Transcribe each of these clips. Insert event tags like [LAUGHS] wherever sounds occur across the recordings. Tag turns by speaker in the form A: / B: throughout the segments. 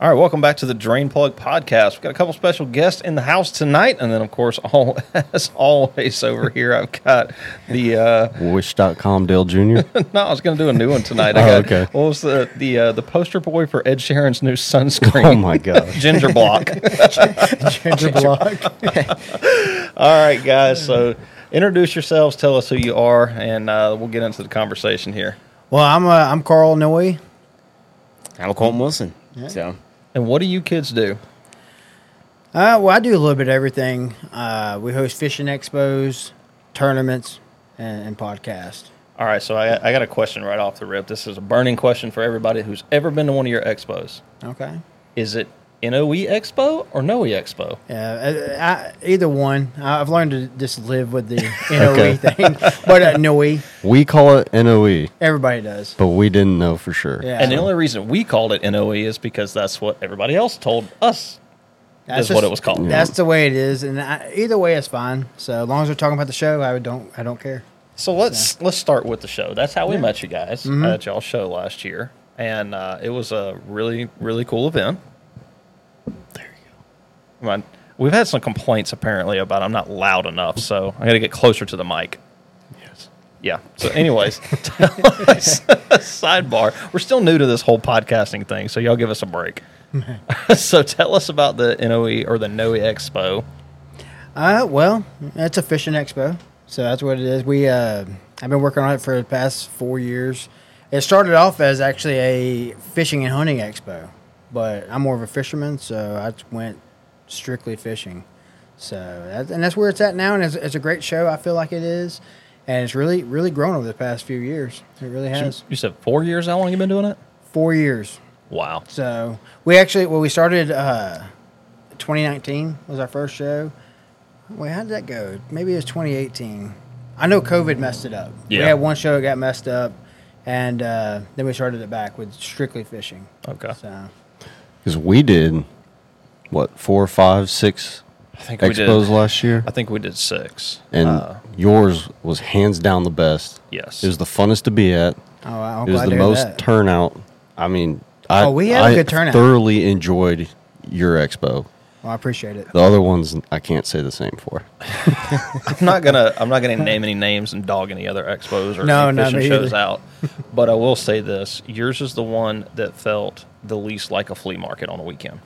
A: All right, welcome back to the Drain Plug Podcast. We've got a couple special guests in the house tonight, and then, of course, all, [LAUGHS] as always, over here I've got the uh,
B: Wish.com Dale
C: [LAUGHS]
B: Jr.
A: No, I was going to do a new one tonight. I
B: Oh,
A: got,
B: okay.
A: What was the the uh, the poster boy for Ed Sheeran's new sunscreen?
B: [LAUGHS] oh my gosh.
A: Ginger
B: [LAUGHS]
A: block.
C: Ginger block.
A: All right, guys. So introduce yourselves. Tell us who you are, and uh, we'll get into the conversation here.
C: Well, I'm uh, I'm Carl Noy.
D: I'm Colton
C: Mm.
D: Wilson. So
A: And what do you kids do?
C: Uh, well, I do a little bit of everything. Uh, we host fishing expos, tournaments, and, and podcast.
A: All right. So I, I got a question right off the rip. This is a burning question for everybody who's ever been to one of your expos.
C: Okay.
A: Is it NOE Expo or NOE Expo?
C: Yeah, uh, I, I, either one. I- I've learned to just live
A: [LAUGHS]
C: with the NOE
B: Okay.
C: thing, but uh, Noe,
B: We call it NOE,
C: everybody does.
B: but we didn't know for sure.
C: Yeah.
A: And the only reason we called it NOE is because that's what everybody else told us.
C: That's
A: is what it was called.
C: That's the way it is, and I, either way, it's fine. So as long as we're talking about the show, I would- don't I don't care.
A: So let's let's start with the show. That's how we met you guys at y'all show last year, and uh, it was a really really cool event. There you go. Come on. We've had some complaints apparently about I'm not loud enough, so I got to get closer to the mic. Yes. Yeah. So, anyways, [LAUGHS] tell us- sidebar. We're still new to this whole podcasting thing, so y'all give us a [LAUGHS] break. so tell us about the NOE or the NOE Expo.
C: Uh, well, it's a fishing expo, so that's what it is. We uh, I've been working on it for the past four years. It started off as actually a fishing and hunting expo, but I'm more of a fisherman, so I just went strictly fishing. So that, and that's where it's at now, and it's, it's a great show. I feel like it is, and it's really really grown over the past few years. It really has.
A: You said four years. How long you been doing it?
C: Four years.
A: Wow.
C: So we actually well we started uh, 2019 was our first show. Wait, how did that go? Maybe it was 2018. I know COVID messed it up. We
A: Yeah.
C: had one show that got messed up, and uh, then we started it back with strictly fishing.
A: Okay.
C: So oh,
B: Because we did, what, four, five, six
A: I think we did.
B: expos last year?
C: Uh,
A: I think we did six.
B: And
A: Uh,
B: yours was hands down the best.
A: yes.
B: It was the funnest to be at.
C: oh, I'm
B: it was
C: glad
B: the
C: to hear
B: most
C: that.
B: turnout. I mean, I,
C: Oh, we had a
B: I
C: good turnout.
B: thoroughly enjoyed your expo.
C: well, I appreciate it.
B: The other ones, I can't say the same for.
A: I'm
B: [LAUGHS]
A: not gonna I'm not gonna name any names and dog any other expos or
C: No,
A: any
C: not
A: fishing
C: me
A: shows
C: either.
A: out. But I will say this: yours is the one that felt the least like a flea market on a weekend.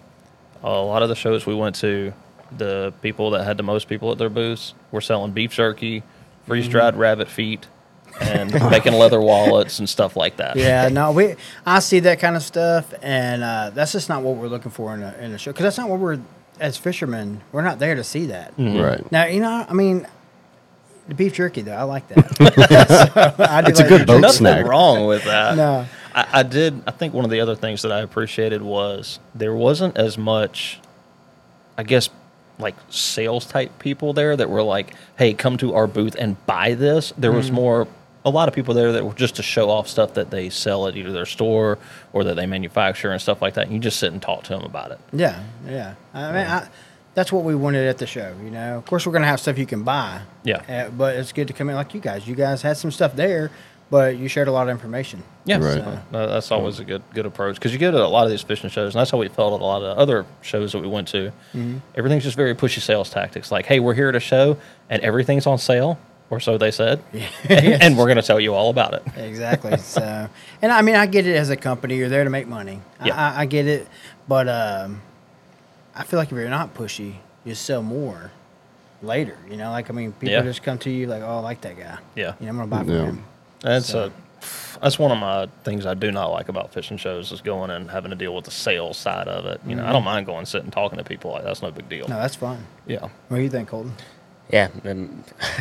A: A lot of the shows we went to, the people that had the most people at their booths were selling beef jerky, freeze dried rabbit feet, and making leather wallets and stuff like that.
C: Yeah, no, we I see that kind of stuff, and uh, that's just not what we're looking for in a in a show because that's not what we're as fishermen. We're not there to see that.
B: Right.
C: Mm-hmm. Now you know, I mean, the beef jerky though, I like
B: [LAUGHS]
C: that. [LAUGHS] So, I do
B: It's a
C: like
B: good
C: the
B: boat
C: jerky.
A: nothing
B: snack.
A: wrong with that.
C: No.
A: I, I did. I think one of the other things that I appreciated was there wasn't as much, I guess, like sales type people there that were like, "Hey, come to our booth and buy this." There was more. A lot of people there that were just to show off stuff that they sell at either their store or that they manufacture and stuff like that. And you just sit and talk to them about it.
C: Yeah, yeah. I mean, I, that's what we wanted at the show. You know, of course, we're gonna have stuff you can buy.
A: Yeah.
C: uh, but it's good to come in like you guys. You guys had some stuff there, but you shared a lot of information.
A: Yeah,
B: Right.
A: so, no, that's always a good good approach because you get at a lot of these fishing shows, and that's how we felt at a lot of other shows that we went to. Everything's just very pushy sales tactics, like, "Hey, we're here at a show, and everything's on sale," or so they [LAUGHS] said, and, and we're going to tell you all about it.
C: Exactly. so, and I mean, I get it as a company, you're there to make money.
A: Yeah.
C: I, I, I get it, but um, I feel like if you're not pushy, you sell more later. You know, like I mean, people
A: Yeah.
C: just come to you like, "Oh, I like that guy.
A: Yeah.
C: you know, I'm gonna buy from
B: Yeah.
C: him."
A: That's a that's one of my things I do not like about fishing shows is going and having to deal with the sales side of it. You know, I don't mind going and sitting and talking to people. Like, that's Mm-hmm. no big deal.
C: No, that's fun.
A: Yeah.
C: What do you think, Colton?
D: yeah, um, [LAUGHS]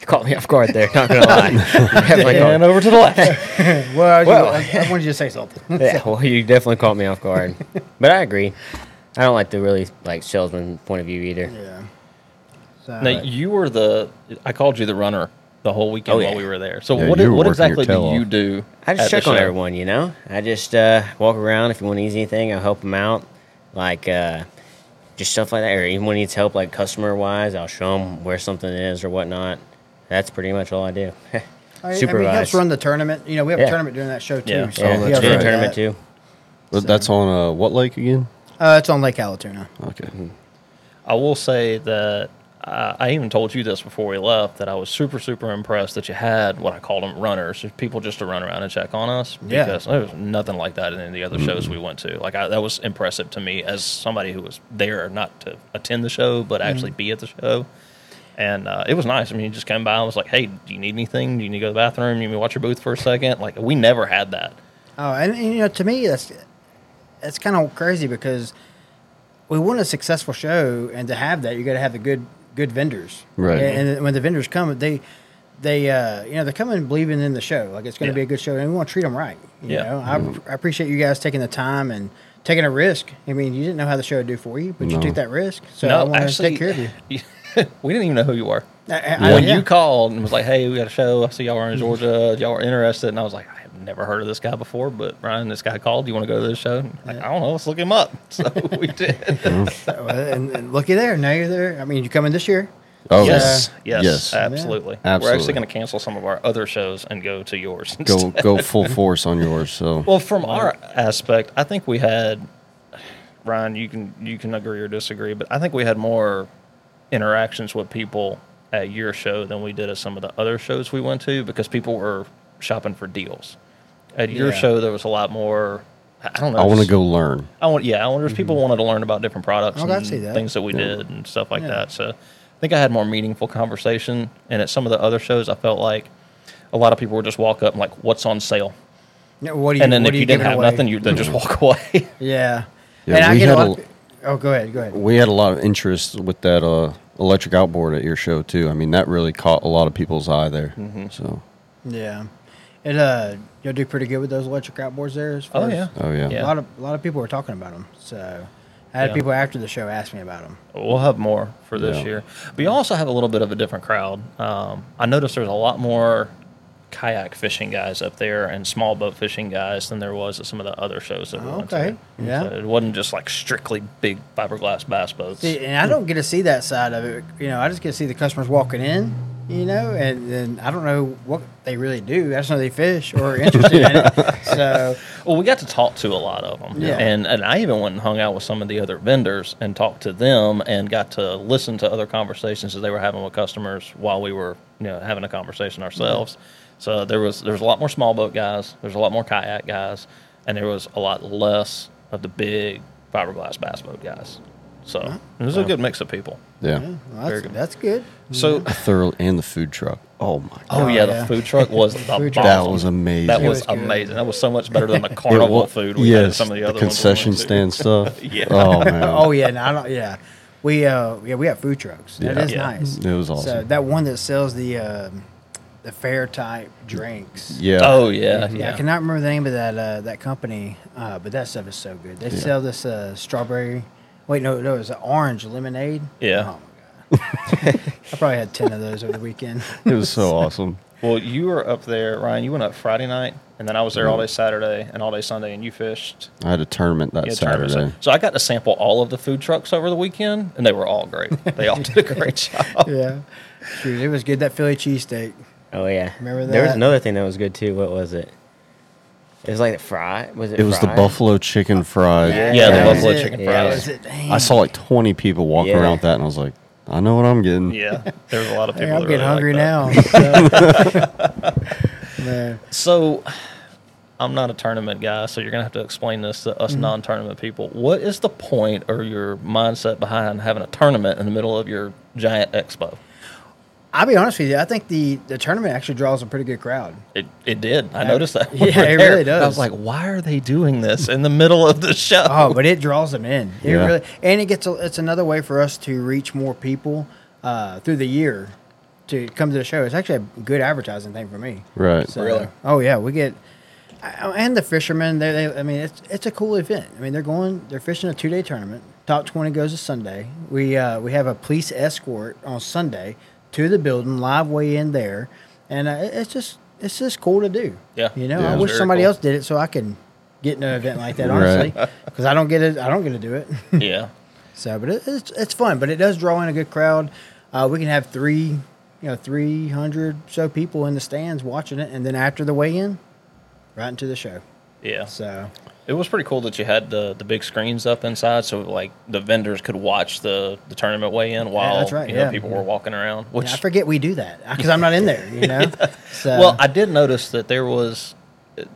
D: you caught me off guard there. Not gonna
C: [LAUGHS]
D: lie. Definitely caught-
A: And over to the left.
C: Well, I,
D: Well-
C: I, I wanted you to say something.
D: [LAUGHS] yeah, well, you definitely caught me off guard. But I agree. I don't like the really like salesman point of view either.
C: [LAUGHS] yeah. So,
A: now you were the I called you the runner the whole weekend
D: Oh, yeah.
A: while we were there. So
B: Yeah,
A: what
B: you were
A: what
B: working your
A: exactly do
B: tail
A: you
B: off.
A: do?
D: I
A: at
D: just
A: the
D: check on
A: show?
D: everyone, you know. I just uh, walk around. If anyone needs anything, I'll help them out. Like uh, just stuff like that. Or even when he needs help, like customer wise, I'll show them where something is or whatnot. That's pretty much all I do. [LAUGHS]
C: I, I mean, he
D: Supervise.
C: helps run the tournament. You know, we have
D: Yeah.
C: a tournament during that show too.
A: Yeah.
C: So
D: yeah,
B: Oh,
C: he
B: that's
C: helps
D: I do
B: right.
C: with that.
D: tournament too.
B: But that's on uh, what lake again?
C: Uh, it's on Lake Allatoona.
B: Okay.
C: Mm-hmm.
A: I will say that I, I even told you this before we left that I was super, super impressed that you had what I called them runners, just people just to run around and check on us.
C: Yeah. Mm-hmm.
A: Because there was nothing like that in any of the other shows we went to. Like, I, that was impressive to me as somebody who was there, not to attend the show, but
C: Mm-hmm.
A: actually be at the show. And uh, it was nice. I mean, you just came by and was like, hey, do you need anything? Do you need to go to the bathroom? You need me to watch your booth for a second? Like, we never had that.
C: Oh, and, and, you know, to me, that's that's kind of crazy because we want a successful show, and to have that, you got to have the good good vendors,
B: Right.
C: And, and when the vendors come, they they uh, you know they're coming believing in the show, like it's going to
A: Yeah.
C: be a good show, and we want to treat them right. You
A: Yeah. Mm-hmm.
C: know, I, I appreciate you guys taking the time and taking a risk. I mean, you didn't know how the show would do for you, but you
B: No.
C: took that risk, so I want to take
A: [LAUGHS]
C: care of you.
A: we didn't even know who you were.
C: I- I- I-
A: when
C: yeah.
A: you called and was like, "Hey, we got a show. I see y'all are in Georgia. Y'all are interested," and I was like, "I have never heard of this guy before, but Ryan, this guy called. Do you want to go to this show?" And Like, I don't know. Let's look him up. [LAUGHS] So we did.
B: Mm-hmm.
C: So, uh, and, and looky there, now you're there. I mean, you coming this year?
B: Oh
A: yes,
B: yes.
A: yes, absolutely. We're
B: Absolutely.
A: actually going to cancel some of our other shows and go to yours.
B: Go
A: instead. [LAUGHS]
B: go full force on yours. So
A: Well, from our aspect, I think we had Ryan. You can you can agree or disagree, but I think we had more interactions with people at your show than we did at some of the other shows we went to because people were shopping for deals. At your
C: Yeah.
A: show, there was a lot more. I I don't know.
B: I want to
A: just-
B: go learn.
A: I want yeah. I wonder if people wanted to learn about different products
C: Mm-hmm. Oh, I
A: and
C: see that.
A: things that we did and stuff like
C: Yeah.
A: that. So I think I had more meaningful conversation. And at some of the other shows, I felt like a lot of people would just walk up and like, "What's on sale?"
C: No, What do you?
A: and then
C: what
A: if
C: are
A: you,
C: you
A: didn't
C: giving
A: have
C: away?
A: nothing, you then just walk away.
C: Yeah.
B: Yeah,
C: and I
B: we
C: get a
B: had
C: lot
B: a-
C: of pe- oh, go ahead. Go ahead.
B: We had a lot of interest with that uh, electric outboard at your show too. I mean, that really caught a lot of people's eye there.
A: Mm-hmm.
B: So
C: Yeah. It, uh, you'll do pretty good with those electric outboards there. As far
A: Oh,
C: as-
A: yeah.
B: oh yeah,
A: Yeah.
C: A lot of, a lot of people were talking about them. So I had
A: Yeah.
C: people after the show ask me about them.
A: [LAUGHS] we'll have more for this
B: Yeah.
A: year. But you also have a little bit of a different crowd. Um, I noticed there's a lot more kayak fishing guys up there and small boat fishing guys than there was at some of the other shows that we went to.
C: Okay. Yeah.
A: So it wasn't just like strictly big fiberglass bass boats.
C: See, and I don't get to see that side of it. You know, I just get to see the customers walking in, you know, and then I don't know what they really do. I just know they fish or are interested
B: [LAUGHS]
C: in it. So,
A: Well, we got to talk to a lot of them,
C: Yeah.
A: and and I even went and hung out with some of the other vendors and talked to them, and got to listen to other conversations that they were having with customers while we were you know having a conversation ourselves. So there was there was a lot more small boat guys, there's a lot more kayak guys, and there was a lot less of the big fiberglass bass boat guys. So it was a good mix of people.
B: yeah.
C: well,
A: Very
C: that's,
A: good.
C: that's good.
A: So
B: Thorough and the food truck. Oh my god,
A: [LAUGHS] oh,
C: Oh,
A: yeah,
C: yeah.
A: the food truck
C: [LAUGHS]
A: was the bomb.
C: Food truck.
B: that was amazing.
A: That
C: It
A: was
C: was good.
A: amazing. That was so much better than
C: [LAUGHS]
A: the carnival
B: wa-
A: food we had at
B: yes,
A: some of the other ones we went
B: concession
A: to. [LAUGHS]
B: stand stuff.
A: Yeah. [LAUGHS]
B: Oh man.
C: Oh yeah, no, I don't. Yeah, we uh, yeah, we have food trucks. That
B: Yeah.
C: is
A: Yeah.
C: nice.
B: It was
C: So
B: awesome.
C: that one that sells the um, the fair type drinks.
B: yeah.
A: Oh yeah,
C: Yeah, I cannot remember the name of that uh, that company, uh, but that stuff is so good. They sell this uh, strawberry. Wait, no, no, it was an orange lemonade.
A: Yeah.
C: Oh my god. [LAUGHS] I probably had ten of those over the weekend.
B: [LAUGHS] It was so awesome.
A: Well, you were up there, Ryan. You went up Friday night, and then I was there
B: Mm-hmm.
A: all day Saturday and all day Sunday, and you fished.
B: I had a tournament that
A: You had
B: Saturday.
A: tournaments. So I got to sample all of the food trucks over the weekend, and they were all great. They all did a
C: [LAUGHS]
A: great job.
C: [LAUGHS] yeah, shoot, it was good. That Philly cheesesteak.
D: Oh yeah.
C: Remember
D: There was
C: that?
D: another thing that was good too. What was it? It was like the fry. Was it?
B: It was the
D: fry?
B: buffalo chicken fried.
A: Yeah, the
C: that was
A: buffalo
C: it.
A: chicken
D: Yeah.
C: That
A: fries.
C: was it. Dang.
B: I saw like 20 people walking
D: Yeah.
B: around with that, and I was like, I know what I'm getting.
A: Yeah, there was a lot of people.
C: Hey, I'm
A: that
C: getting
A: really
C: hungry
A: liked that.
C: now.
A: [LAUGHS]
C: so. [LAUGHS] Man.
A: So, I'm not a tournament guy, so you're gonna have to explain this to
C: Mm-hmm.
A: us non-tournament people. What is the point or your mindset behind having a tournament in the middle of your giant expo?
C: I'll be honest with you. I think the, the tournament actually draws a pretty good crowd.
A: It, it did. I noticed
C: [LAUGHS]
A: that. when
C: Yeah,
A: we were
C: it
A: there.
C: really does.
A: I was like, why are they doing this in the middle of the show?
C: Oh, but it draws them in. It
B: Yeah.
C: really, and it gets a, it's another way for us to reach more people uh, through the year to come to the show. It's actually a good advertising thing for me.
B: Right.
A: Really?
C: Oh yeah, we get I- and the fishermen. They, they, I mean, it's it's a cool event. I mean, they're going, they're fishing a two day tournament. Top twenty goes to Sunday. We uh, we have a police escort on Sunday to the building, live way in there, and uh, it- it's just it's just cool to do.
A: Yeah.
C: you know,
B: Yeah.
C: I
B: It's
C: wish
A: very
C: somebody
A: cool.
C: else did it so I could get in an event like that. Honestly,
B: Right.
C: because I don't get it, I don't get to do it.
A: [LAUGHS]
C: [LAUGHS]
A: Yeah.
C: So, but it, it's it's fun, but it does draw in a good crowd. Uh, we can have three, you know, three hundred so people in the stands watching it, and then after the weigh in, right into the show.
A: Yeah.
C: So
A: It was pretty cool that you had the, the big screens up inside, so like the vendors could watch the, the tournament weigh in while
C: that's right,
A: you know,
C: yeah.
A: people were walking around. Which
C: yeah, I forget we do that because I'm not in there,
A: [LAUGHS]
C: you know. So
A: well, I did notice that there was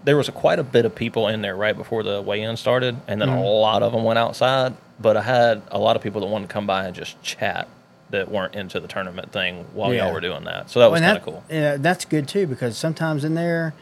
A: there was quite a bit of people in there right before the weigh-in started, and
C: Mm-hmm.
A: then a lot of them went outside. But I had a lot of people that wanted to come by and just chat that weren't into the tournament thing while
C: Yeah.
A: y'all were doing that. So that was
C: Well,
A: kind
C: and
A: of cool.
C: that- Yeah, that's good too because sometimes in there,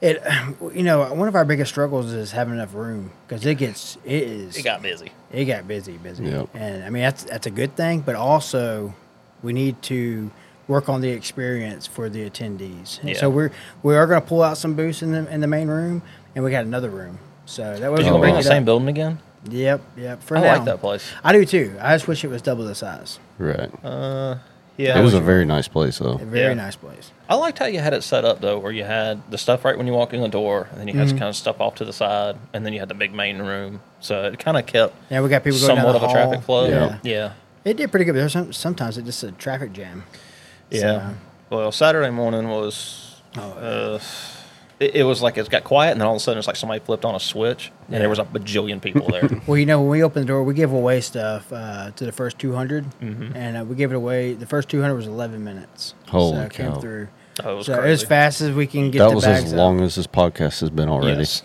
C: it [SIGHS] you know one of our biggest struggles is having enough room because it gets it is
A: It got busy.
C: it got busy busy
B: Yep.
C: and I mean that's that's a good thing but also we need to work on the experience for the attendees and
A: Yeah.
C: so we're we are going to pull out some booths in the in the main room and we got another room so that was
A: Did you
B: Oh,
A: bring
B: wow.
A: the same building again?
C: yep yep for
A: I
C: now
A: like that place.
C: I do too I just wish it was double the size
B: Right.
A: Uh, yeah,
B: it was a very nice place, though.
C: a very
A: Yeah.
C: nice place
A: I liked how you had it set up though, where you had the stuff right when you walk in the door, and then you had
B: Mm-hmm.
A: kind of stuff off to the side, and then you had the big main room. So it kind of kept
C: yeah we got people going down
A: somewhat
C: the
A: of a
C: hall.
A: traffic flow.
B: Yeah.
A: yeah.
C: It did pretty good. But there's some, sometimes it just a traffic jam.
A: Yeah.
C: So- uh,
A: Well, Saturday morning was.
C: Oh.
A: Uh, it, it was like it got quiet, and then all of a sudden it's like somebody flipped on a switch, and there was a bajillion people
C: [LAUGHS]
A: there.
C: Well, you know, when we open the door, we give away stuff uh, to the first 200,
A: Mm-hmm.
C: and uh, we give it away. The first 200 was 11 minutes.
B: Holy
C: so it came
B: cow.
C: through.
A: Oh, it was
C: so as
A: crazy.
C: fast as we can get.
B: That
C: the
B: was
C: bags
B: as
C: out.
B: long as this podcast has been already.
A: Yes.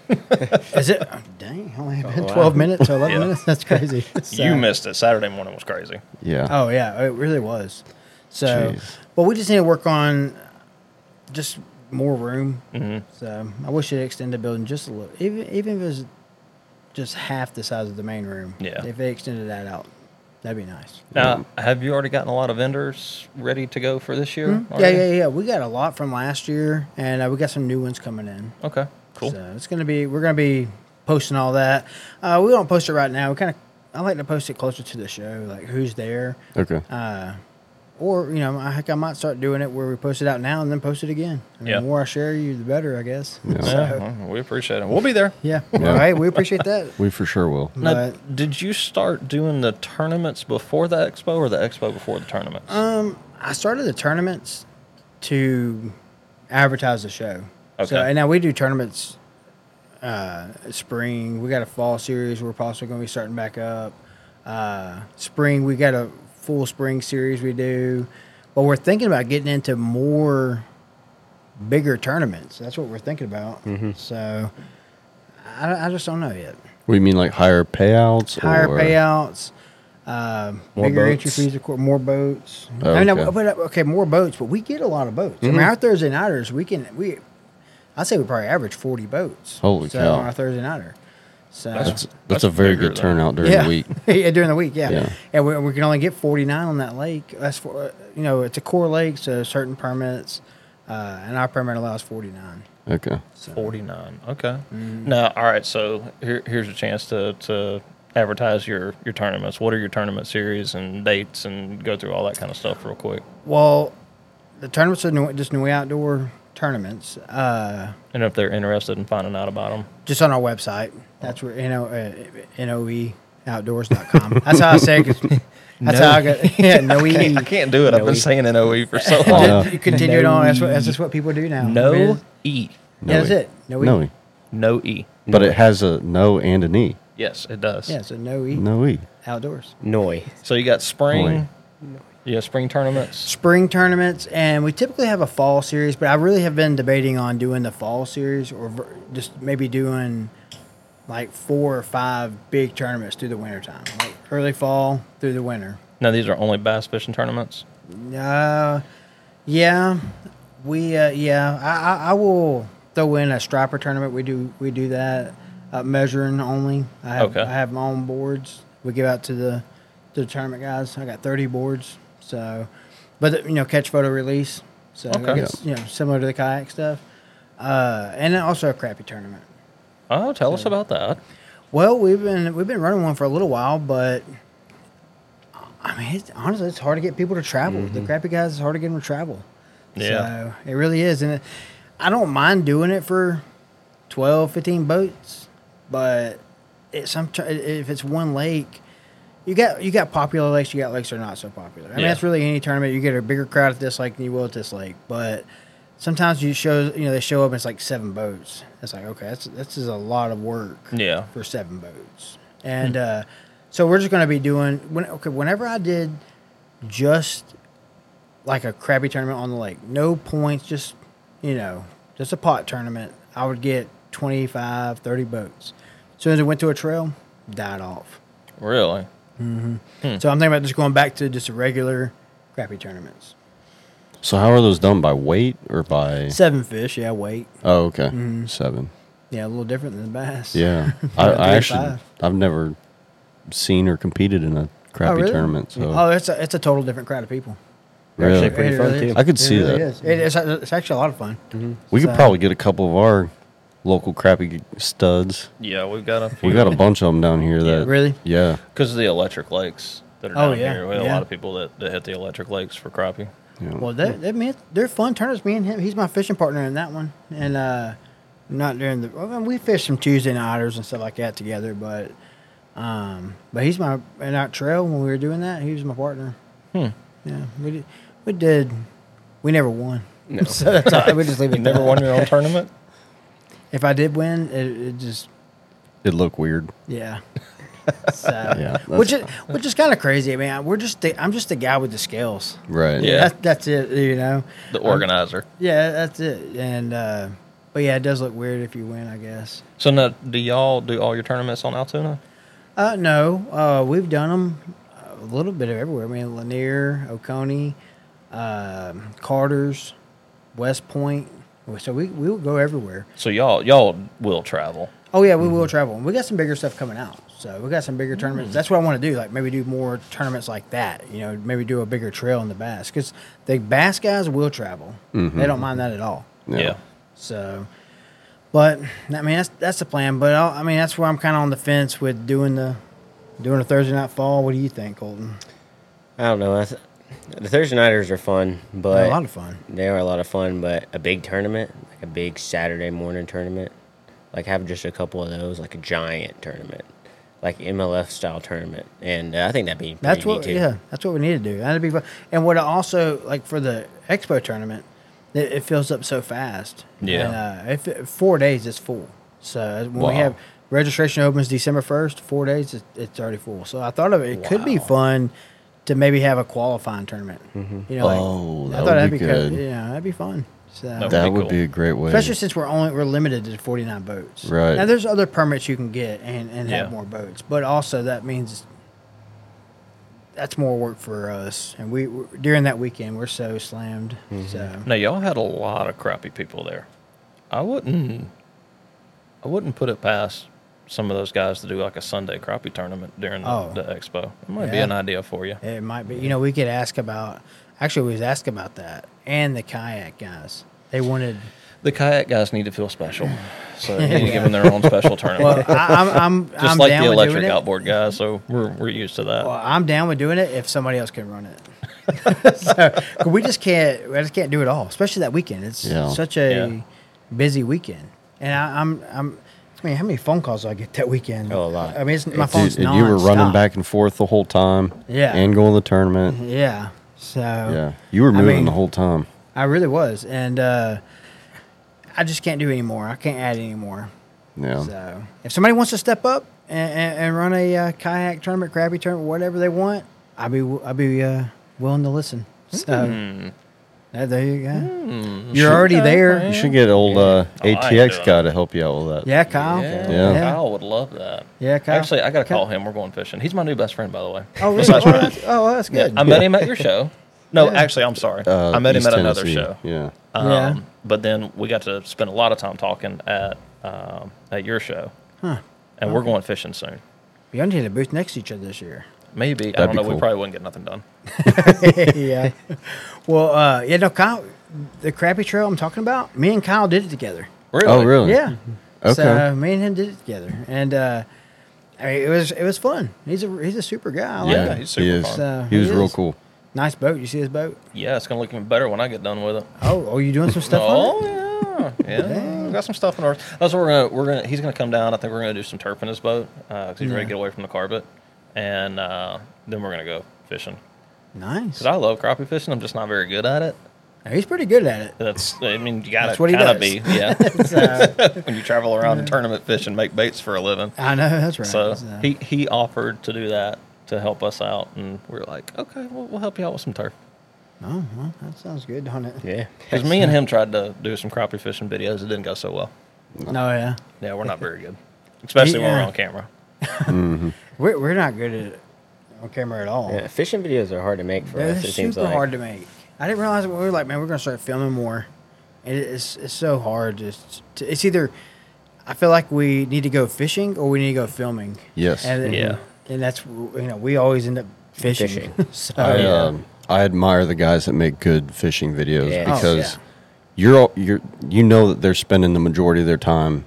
C: Is it? oh, dang, only been
D: wow.
C: 12 minutes or 11
A: Yeah.
C: minutes. That's crazy.
A: [LAUGHS] You
C: So-
A: missed it. Saturday morning was crazy.
B: Yeah.
C: Oh yeah, it really was. So,
B: Jeez.
C: but we just need to work on just more room.
A: Mm-hmm.
C: So I wish it extended the building just a little, even even if it was just half the size of the main room.
A: Yeah.
C: If they extended that out, that'd be nice.
A: Now, have you already gotten a lot of vendors ready to go for this year?
C: Hmm? Yeah,
A: already?
C: yeah, yeah. We got a lot from last year, and uh, we got some new ones coming in.
A: Okay, cool.
C: So it's gonna be we're gonna be posting all that. Uh, we don't post it right now. We kind of I like to post it closer to the show, like who's there.
B: Okay.
C: uh, or you know, I heck, I might start doing it where we post it out now and then post it again. I mean,
A: Yeah.
C: The more I share you, the better, I guess.
B: Yeah.
A: Yeah, well, we appreciate it. We'll be there.
C: Yeah.
B: Yeah.
C: All right. We appreciate that.
B: We for sure will.
A: Now,
C: But-
A: did you start doing the tournaments before the expo or the expo before the tournaments?
C: Um, I started the tournaments to advertise the show.
A: Okay.
C: So, and now we do tournaments. Uh, spring we got a fall series. We're possibly going to be starting back up. Uh, spring we got a full spring series we do, but we're thinking about getting into more bigger tournaments. That's what we're thinking about. So I, I just don't know yet.
B: We mean like higher payouts?
C: Higher
B: or,
C: payouts, uh,
D: More
C: bigger entry
D: boats.
C: fees, of course, more boats.
B: Oh,
C: I mean,
B: okay. Mm-hmm.
C: uh, but, uh, okay, more boats, but we get a lot of boats. I mean, our Thursday nighters, we can we, I say we probably average forty boats.
B: Holy
C: so,
B: cow.
C: On our Thursday nighter, so
B: That's, that's,
A: That's
B: a very
A: bigger
B: good
A: than-
B: turnout during
C: yeah.
B: the
C: [LAUGHS]
B: week.
C: yeah, during the week, yeah.
B: Yeah.
C: And we, we can only get 49 on that lake. That's for, uh, you know, it's a core lake, so certain permits, uh, and our permit allows 49.
B: Okay.
C: So.
A: 49. Okay. Now, all right. So here, here's your chance to, to advertise your, your tournaments. What are your tournament series and dates and go through all that kind of stuff real quick.
C: Well, the tournaments are new, just new outdoor tournaments. Uh,
A: And if they're interested in finding out about them.
C: just on our website. That's where you know uh, noeoutdoors.com. That's how I say
A: [LAUGHS]
C: it. 'cause- That's how I got yeah noe.
A: I can't do it. I've
D: No
A: been
D: E.
A: saying NOE for so
C: Well,
A: long.
B: Yeah.
C: you continue it on. That's what that's just what people do now. I mean,
A: No E.
C: yeah, that's
B: Noe.
C: it. E. Noe.
B: Noe.
A: No E.
B: E. But it has a no and an e.
A: Yes, it does.
C: Yeah, so noe
B: No e.
C: outdoors.
D: Noi.
A: So you got spring.
B: Only.
A: Yeah, spring tournaments.
C: Spring tournaments, and we typically have a fall series, but I really have been debating on doing the fall series or ver- just maybe doing like four or five big tournaments through the wintertime, like early fall through the winter.
A: Now, these are only bass fishing tournaments.
C: Uh, yeah, we uh, yeah, I, I I will throw in a striper tournament. We do we do that uh, measuring only. I have
A: Okay.
C: I have my own boards. We give out to the to the tournament guys. I got thirty boards. So, but you know, catch photo release. So
A: Okay.
C: it's you know similar to the kayak stuff, uh, and then also a crappy tournament.
A: Oh, tell us about that.
C: Well, we've been we've been running one for a little while, but I mean, it's, honestly, it's hard to get people to travel. The crappy guys, it's hard to get them to travel.
A: Mm-hmm. Yeah.
C: so, it really is, and it, I don't mind doing it for 12, 15 boats, but it sometimes if it's one lake. You got you got popular lakes. You got lakes that are not so popular. I mean,
A: Yeah.
C: that's really any tournament. You get a bigger crowd at this lake than you will at this lake. But sometimes you show you know they show up and it's like seven boats. It's like okay, that's this is a lot of work.
A: Yeah.
C: for seven boats, and uh, so we're just going to be doing when okay. Whenever I did just like a crappy tournament on the lake, no points, just you know, just a pot tournament, I would get 25, 30 boats. As soon as it went to a trail, died off.
A: Really?
C: So I'm thinking about just going back to just regular crappy tournaments.
B: So how are those done by weight or by?
C: Seven fish, yeah, weight.
B: Oh, okay, seven.
C: Yeah, a little different than the bass. [LAUGHS]
B: Yeah,
C: Yeah,
B: I,
C: Mm. three
B: I
C: to
B: actually
C: five. Oh,
B: I've never seen or competed in a crappy
C: really?
B: tournament. So
C: Oh, it's a, it's a total different crowd of people.
B: really,
A: actually pretty
C: It
A: fun
C: really
A: too.
C: is.
B: I could
C: It
B: see
C: really
B: that. Mm-hmm.
C: is. It- it's, it's actually a lot of fun.
B: we could
C: So-
B: probably get a couple of our local crappy studs.
A: Yeah, we've got a
B: We got a bunch of them down here. That
C: Really?
B: Yeah,
A: because of the electric lakes that are
C: Oh,
A: down
C: yeah,
A: here. We had a
C: yeah.
A: lot of people that, that hit the electric lakes for crappie.
B: yeah.
C: Well, that, that man, they're fun tournaments. Me and him, he's my fishing partner in that one, and uh, not during the. Well, we fish some Tuesday nighters and stuff like that together, but um, but he's my and out trail when we were doing that, he was my partner.
A: Hmm.
C: Yeah, we did, we did, we never won. [LAUGHS] so that's all, we just leave it.
A: You never
C: at
A: won
C: that.
A: your own tournament?
C: If I did win, it, it just
B: it looked weird.
C: yeah. So,
B: Yeah,
C: which is
B: that's-
C: which is kind of crazy. I mean, we're just the, I'm just the guy with the scales.
B: Right.
A: Yeah.
C: That, that's it. You know.
A: The
C: I'm-
A: organizer.
C: Yeah, that's it. And uh but yeah, it does look weird if you win, I guess.
A: So now, do y'all do all your tournaments on Altoona?
C: Uh no, uh we've done them a little bit of everywhere. I mean, Lanier, Oconee, um, Carter's, West Point. So we we will go everywhere.
A: So y'all y'all will travel.
C: Oh yeah, we will travel. And we got some bigger stuff coming out. So we got some bigger tournaments. That's what I want to do. Like maybe do more tournaments like that. You know, maybe do a bigger trail in the Bass because the Bass guys will travel. They don't mind that at all.
A: Yeah.
C: So, but I mean that's that's the plan. But I'll, I mean that's where I'm kind of on the fence with doing the doing a Thursday night fall. What do you think, Colton?
D: I don't know. I th- the Thursday nighters are fun, but
C: a lot of fun.
D: They are a lot of fun, but a big tournament, like a big Saturday morning tournament, like have just a couple of those, like a giant tournament, like MLF style tournament, and uh, I think that'd be pretty
C: That's
D: neat
C: what
D: too.
C: yeah. That's what we need to do. That'd be fun. And what I also like for the expo tournament, it, it fills up so fast.
A: Yeah.
C: And, uh, if it, four days it's full. So uh, when
B: Wow.
C: we have registration opens December first, four days it, it's already full. So I thought of it. It could be
A: Wow.
C: fun. To maybe have a qualifying tournament, you know, like,
B: Oh,
C: I
B: that
C: thought
B: would
C: that'd
B: be
C: be, kinda-
B: good.
C: yeah, that'd be fun. So
A: That
B: That
A: That'd be
B: would
A: cool.
B: be a great way.
C: especially since we're only we're limited to 49 boats
B: Right.
C: now there's other permits you can get and, and
A: Yeah.
C: have more boats but also that means that's more work for us and we we're- during that weekend we're so slammed
A: Mm-hmm.
C: so
A: Now y'all had a lot of crappy people there. I wouldn't I wouldn't put it past some of those guys to do like a Sunday crappie tournament during the,
C: Oh.
A: the expo. It might be
C: Yeah.
A: an idea for you.
C: it might be you know we could ask about actually we was asked about that and the kayak guys they wanted
A: The kayak guys need to feel
B: [LAUGHS]
A: special, so they need to give them their own special [LAUGHS]
C: well
A: tournament.
C: I, i'm i'm
A: Just
C: i'm
A: like
C: down
A: the
C: with
A: electric
C: doing it
A: outboard guys, so we're we're used to that.
C: well, i'm down with doing it if somebody else can run it [LAUGHS] so 'cause we just can't we just can't do it all especially that weekend it's
B: Yeah.
C: such a
A: Yeah.
C: busy weekend and I, i'm i'm I mean, how many phone calls do I get that weekend?
D: Oh, a lot.
C: I mean, it's, my
B: Dude,
C: phone's
B: and you were running
C: nonstop.
B: back and forth the whole time.
C: Yeah.
B: And going to the tournament.
C: Yeah. So
B: Yeah. You were moving
C: mean-
B: the whole time.
C: I really was, and uh, I just can't do anymore. I can't add anymore.
B: Yeah.
C: So if somebody wants to step up and, and, and run a uh, kayak tournament, crappie tournament, whatever they want, I'll be I'll be uh, willing to listen. So
A: Hmm.
C: yeah, there you go. You're already
B: You
C: there.
B: should get old uh,
A: I like
B: ATX
A: that.
B: guy to help you out with that.
C: Yeah, Kyle.
A: Yeah,
B: Yeah.
A: Kyle would love that.
C: Yeah, Kyle.
A: Actually, I gotta
C: Kyle-
A: call him. We're going fishing. He's my new best friend, by the way.
C: Oh, really?
A: He's my
C: oh,
A: best friend.
C: that's, oh, that's
A: Yeah,
C: good.
A: I met him at your show. No,
C: Yeah.
A: actually, I'm sorry.
B: Uh,
A: I met him
B: East
A: at another
B: Tennessee.
A: show.
B: Yeah.
A: Um,
C: Yeah.
A: But then we got to spend a lot of time talking at um, at your show,
C: Huh.
A: and we're going fishing soon.
C: We all need to booth next to each other this year. [LAUGHS]
A: Maybe I
B: That'd
A: don't
B: be
A: know.
B: cool.
A: We probably wouldn't get nothing done.
C: yeah. Well, uh, yeah, no, Kyle, the crappy trail I'm talking about, me and Kyle did it together.
A: Really?
B: Oh, really?
C: Yeah.
B: Okay.
C: So me and him did it together, and uh, I mean, it was it was fun. He's a he's a super guy. I like
B: yeah.
A: that.
C: him.
A: He's
B: he
A: super
B: is.
A: fun.
C: So,
B: he was
C: he
B: real
C: is. [LAUGHS]
B: cool.
C: Nice boat. You see his boat?
A: Yeah, it's gonna look even better when I get done with it.
C: Oh, oh, you doing some stuff on it?
A: [LAUGHS] Oh yeah, yeah.
C: Dang.
A: We got some stuff in ours. That's what we're gonna. We're gonna. He's gonna come down. I think we're gonna do some turf in his boat because he's ready to
C: Yeah.
A: get away from the carpet, and uh, then we're gonna go fishing.
C: Nice.
A: Because I love crappie fishing. I'm just not very good at it.
C: He's pretty good at it. [LAUGHS]
A: That's I mean you gotta
C: That's what he
A: kinda
C: does.
A: be yeah. [LAUGHS]
C: So,
A: when you travel around and tournament fish and make baits for a living.
C: uh, I know that's right.
A: So
C: uh, So,
A: he he offered to do that to help us out, and we were like, okay, we'll, we'll help you out with some turf.
C: oh, well, that sounds good, don't it?
D: Yeah.
A: Because me and him tried to do some crappie fishing videos, it didn't go so well.
C: No, yeah,
A: Yeah, we're not very
C: [LAUGHS]
A: good, especially when we're
C: Yeah.
A: on camera.
B: Mm-hmm.
C: we're, we're not good at it on camera at all.
D: Yeah, fishing videos are hard to make for
C: They're
D: us. It seems
C: super
D: like
C: hard to make. I didn't realize it. We were like, man, we're gonna start filming more. It, it's it's so hard. Just to, it's either I feel like we need to go fishing or we need to go filming.
B: Yes.
C: And,
A: Yeah.
C: And that's you know we always end up fishing.
D: Fishing.
C: [LAUGHS] so, oh,
B: I, um, I admire the guys that make good fishing videos
D: Yeah.
B: [LAUGHS]
C: Oh,
B: because
C: yeah.
B: you're all- you're you know that they're spending the majority of their time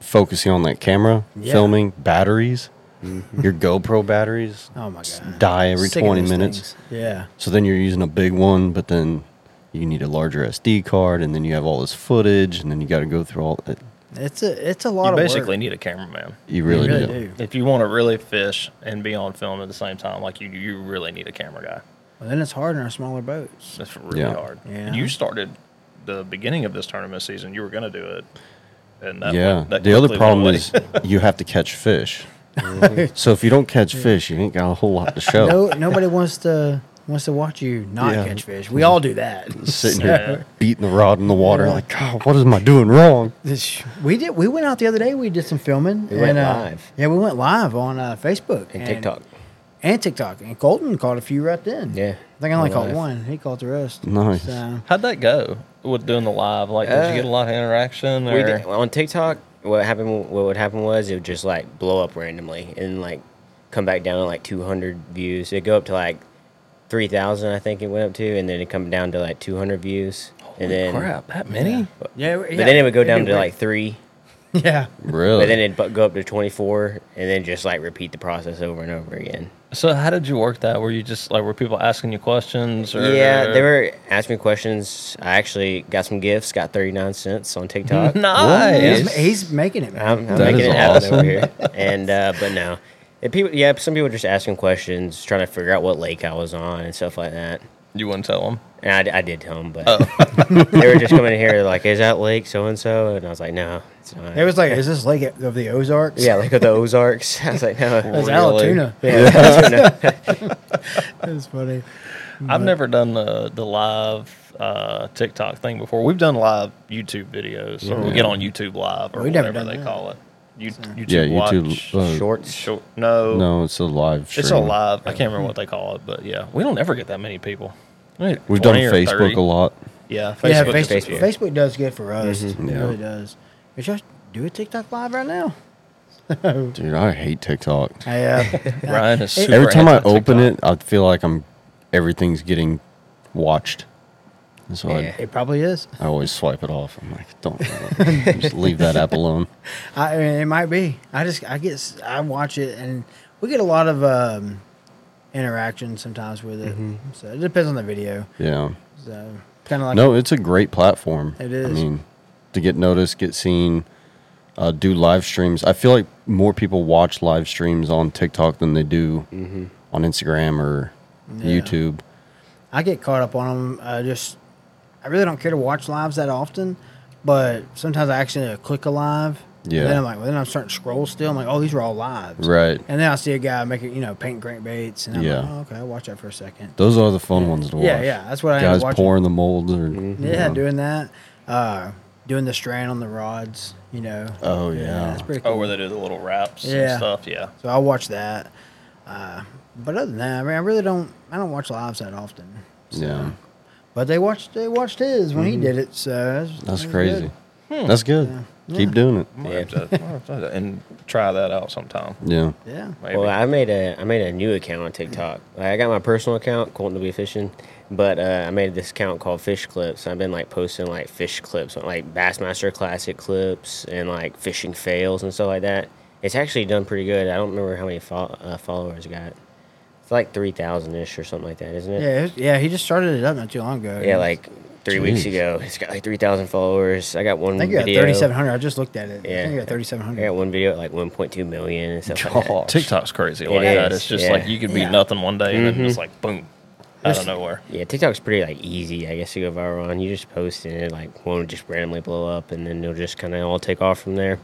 B: focusing on that camera,
C: Yeah. Mm-hmm.
B: filming batteries, your GoPro batteries
C: oh my god.
B: die every
C: Sick of
B: twenty
C: those
B: minutes.
C: things. Yeah.
B: So then you're using a big one, but then you need a larger SD card, and then you have all this footage, and then you got to go through all that.
C: It's a it's a lot
A: you
C: of
A: basically
C: work.
A: need a cameraman
B: You really,
C: really
B: do.
C: do.
A: if you want to really fish and be on film at the same time. Like you, you really need a camera guy.
C: Well, then it's hard in our smaller boats.
A: That's really
B: Yeah.
A: hard.
C: Yeah.
A: You started the beginning of this tournament season. You were going to do it, and that
B: yeah.
A: went- that
B: the other
A: quickly went away.
B: problem is [LAUGHS] you have to catch fish. so if you don't catch fish, you ain't got a whole lot to show.
C: [LAUGHS] No, nobody wants to wants to watch you not
B: Yeah.
C: catch fish. We all do that.
B: Sitting
A: Yeah.
B: here beating the rod in the water,
C: Yeah.
B: like God, what am I doing wrong?
C: This- we did. We went out the other day. We did some filming.
D: We
C: and,
D: went
C: uh,
D: live.
C: Yeah, we went live on uh, Facebook
D: and TikTok.
C: and TikTok. And Colton caught a few right then.
D: Yeah,
C: I think I only
D: we're
C: caught
D: live.
C: one. He caught the rest.
B: Nice.
C: So, [LAUGHS]
A: How'd that go with doing the live? Like, did
D: Uh,
A: you get a lot of interaction? Or?
D: We did, on TikTok, what happened? What would happen was it would just like blow up randomly and like come back down to like 200 views. It'd go up to like 3,000, I think it went up to, and then it'd come down to like 200 views, and then
A: crap, that many?
C: yeah,
D: but then it would go down to like three,
C: yeah.
B: Really?
D: but then it'd bu- go up to 24, and then just like repeat the process over and over again.
A: So how did you work that? Were you just like were people asking you questions? Or...
D: Yeah, they were asking me questions. I actually got some gifts. Got 39 cents on
A: [LAUGHS]
D: TikTok.
A: nice.
C: He's, he's making it. Man.
D: I'm, I'm
B: That
D: making
B: is
D: it happen
B: awesome.
D: over here. And uh, but no, If people, yeah, some people were just asking questions, trying to figure out what lake I was on and stuff like that.
A: You wouldn't tell Oh. them.
D: And I d- I, did tell them, but they were just coming in here like, "Is that Lake so and so?" And I was like, "No, it's
C: [LAUGHS]
D: not."
C: It was like, is this Lake of the Ozarks?
D: yeah, Lake of the Ozarks. [LAUGHS] I was like,
C: it was
D: "No."
A: Really?
C: Alatoona.
D: [LAUGHS]
C: [LAUGHS]
D: Yeah, no.
C: That's funny.
A: I've never done the the live uh, TikTok thing before. We've done live YouTube videos, or we
B: Yeah.
A: get on YouTube live, or
C: We've never
A: whatever
C: done
A: they
C: that.
A: call it. You, YouTube
B: yeah,
A: watch.
B: YouTube. uh,
D: Shorts.
A: Short- no,
B: No, it's a live. Stream.
A: it's a live. I can't
C: Hmm.
A: remember what they call it, but yeah, we don't ever get that many people. We get
B: We've done
A: 20 or
B: Facebook
A: 30.
B: a lot.
A: Yeah,
C: yeah,
A: Facebook. is
C: Facebook,
A: huge.
C: Facebook. does good for us.
D: Mm-hmm.
C: It
B: Yeah.
C: really does. We should do a TikTok live right
D: [LAUGHS]
C: now.
B: Dude, I hate TikTok.
C: I, uh,
A: Ryan is super
B: Every time I
A: anti-TikTok.
B: open it, I feel like I'm everything's getting watched. And so
D: Yeah.
C: it probably is.
B: I, I always swipe it off. I'm like, don't just leave that app alone.
C: I it might be. I just I guess I watch it and we get a lot of um, interaction sometimes with it.
B: Mm-hmm.
C: So it depends on the video.
B: Yeah.
C: So kind of like
B: No, it's a great platform.
C: It
B: I
C: is.
B: mean, to get noticed, get seen, uh, do live streams. I feel like more people watch live streams on TikTok than they do on Instagram or
C: Yeah.
B: YouTube.
C: I get caught up on them. I just I really don't care to watch lives that often, but sometimes I actually click a live.
B: Yeah.
C: Then I'm like, well, then I'm starting to scroll still. I'm like, oh, these are all lives.
B: Right.
C: And then I see a guy making, you know, paint great baits, and I'm
B: Yeah.
C: like, oh, okay, I'll watch that for a second.
B: Those are the fun ones to watch.
C: Yeah, yeah, that's what I end up
B: Guys
C: watching.
B: pouring the molds or
D: Mm-hmm.
C: Yeah, doing that, uh, doing the strand on the rods, you know.
B: Oh, yeah.
C: that's pretty cool.
A: Oh, where they do the little wraps and
C: Yeah.
A: stuff. Yeah.
C: So I'll watch that. Uh, but other than that, I mean, I really don't. I don't watch lives that often. So.
B: yeah. Mm-hmm.
C: But they watched. They watched his when he did it. So that's,
B: That's
C: that's good. Hmm.
B: crazy. That's good. Keep doing it.
A: I'm gonna have to- I'm gonna have to- and try that out sometime.
B: Yeah.
C: Yeah.
A: Maybe.
D: Well, I made a I made a new account on TikTok. Like, I got my personal account, Colton to be fishing, but uh, I made this account called Fish Clips. I've been like posting like fish clips, like Bassmaster Classic clips, and like fishing fails and stuff like that. It's actually done pretty good. I don't remember how many fol- uh, followers I got. It's like three thousand ish or something like that, isn't it?
C: Yeah. it was- yeah. He just started it up not too long ago.
D: Yeah, like three weeks
B: Jeez.
D: ago, it's got like three thousand followers. I got one
C: I think you got
D: mm, video.
C: thirty seven hundred. I just looked at it. I
D: Yeah,
C: think you got thirty seven
D: I got
C: hundred.
D: one video at like one point two million and stuff like that.
A: TikTok's crazy
D: It
A: like that.
D: is,
A: It's just
D: yeah. Mm-hmm.
A: like you could be
C: Yeah.
A: nothing one day and then it's like boom. out of nowhere.
D: Yeah, TikTok's pretty like easy, I guess, to go viral on. You just post it, and it like won't just randomly blow up, and then it'll just kind of all take off from there.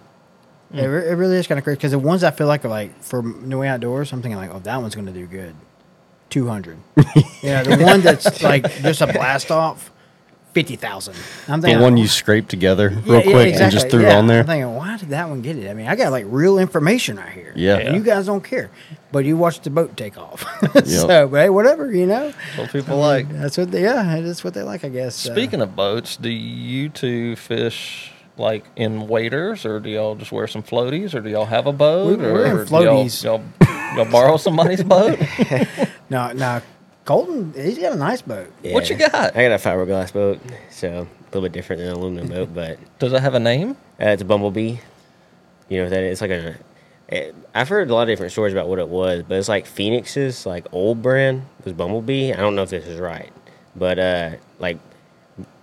C: It, re- it really is kind of crazy because the ones I feel like are like for New Way Outdoors, I'm thinking like, oh, that one's going to do good.
D: [LAUGHS]
C: 200. yeah, the one that's like just a blast off, 50,000. I'm
B: The
C: thinking,
B: one you scraped together
C: Yeah,
B: real
C: yeah,
B: quick and just
C: exactly.
B: threw it
C: Yeah.
B: on there.
C: I'm thinking, why did that one get it? I mean, I got like real information right here.
B: Yeah.
C: And you guys don't care, but you watched the boat take off. [LAUGHS] so,
B: Yep.
C: but hey, whatever, you know?
A: What people like.
C: That's what they, yeah, that's what they like, I guess. Uh, So,
A: Speaking of boats, do you two fish like in waders, or do y'all just wear some floaties, or do y'all have a boat,
C: We-
A: or
C: we're in
A: do y'all-
C: floaties.
A: Y'all, y'all, borrow somebody's
D: [LAUGHS]
A: boat?
C: no, no, Colton, he's got a nice boat.
A: What you got?
D: I got a fiberglass boat, so a little bit different than an
A: [LAUGHS]
D: aluminum boat, but
A: Does it have a name?
D: uh, it's a bumblebee. You know what that is? It's like a. It, I've heard a lot of different stories about what it was, but it's like Phoenix's like old brand was Bumblebee. I don't know if this is right, but uh, like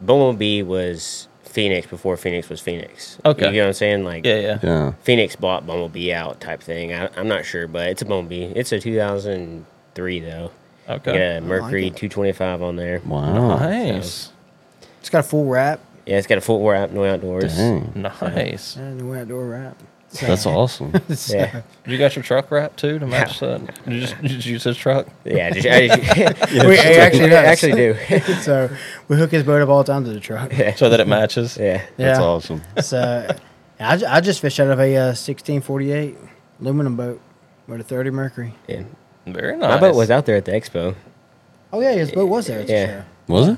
D: Bumblebee was Phoenix before Phoenix was Phoenix.
A: Okay.
D: you know what I'm saying? Like
A: Yeah, yeah.
B: Yeah.
D: Phoenix bought Bumblebee out type thing. I, I'm not sure, but it's a Bumblebee. It's a 2003 though.
A: Okay.
D: Yeah, Mercury
C: it.
D: 225 on there.
B: Wow.
A: Nice,
C: It's got a full wrap,
D: Yeah, it's got a full wrap, no outdoors.
B: Dang.
A: nice.
C: and the outdoor wrap. So-
B: That's awesome.
C: [LAUGHS] so-
D: Yeah,
A: You got your truck wrapped too to match that? Did you just, did you just use his truck?
D: yeah. Just, I just, [LAUGHS]
C: We actually,
D: I actually do.
C: so we hook his boat up all the time to the truck.
A: So that it matches?
D: yeah,
B: That's awesome.
C: So I, ju- I just fished out of a uh, 1648 aluminum boat with a 30 Mercury.
D: yeah.
A: Very
D: My
A: nice.
D: boat was out there at the expo.
C: Oh, yeah, his boat was there at the
D: Yeah. Mm-hmm.
C: show.
B: Was it?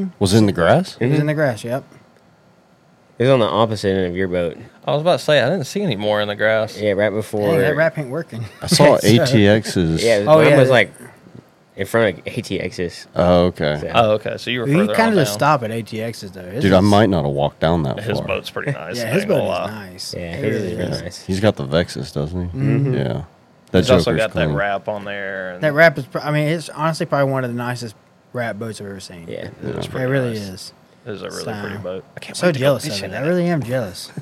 D: Yeah,
B: Was it in the grass?
C: It was in the grass, yep.
D: it was on the opposite end of your boat.
A: I was about to say I didn't see any more in the grass.
D: Yeah, right before.
C: Dang, that wrap ain't working.
B: I saw
C: [LAUGHS] So-
B: ATX's.
D: Yeah,
C: Oh,
D: mine
C: yeah.
D: was like in front of ATX's.
B: Oh, okay.
A: Oh, okay. So you were.
C: You
A: further
C: kind
A: on
C: of just
A: down.
C: stop at ATX's, though. His
B: Dude, I
C: is-
B: might not have walked down that
A: His
B: far.
A: boat's pretty nice.
C: Yeah,
A: I
C: his
A: ain't gonna
C: boat is
A: lie.
C: nice.
D: Yeah,
C: It
D: his
C: really
D: is really nice.
B: He's got the Vexus, doesn't he?
C: Mm-hmm.
B: Yeah. That
A: He's also
B: Joker's
A: got that
B: clean.
A: wrap on there. And
C: That wrap is, pr- I mean, it's honestly probably one of the nicest wrap boats I've ever seen.
D: Yeah,
A: It's
C: It
A: pretty
C: really
A: nice.
C: is.
A: It is a really
C: So-
A: pretty boat. I can't
C: So
A: wait to go
C: jealous of
A: fishing
C: it.
A: in
C: I really am
A: [LAUGHS]
C: jealous.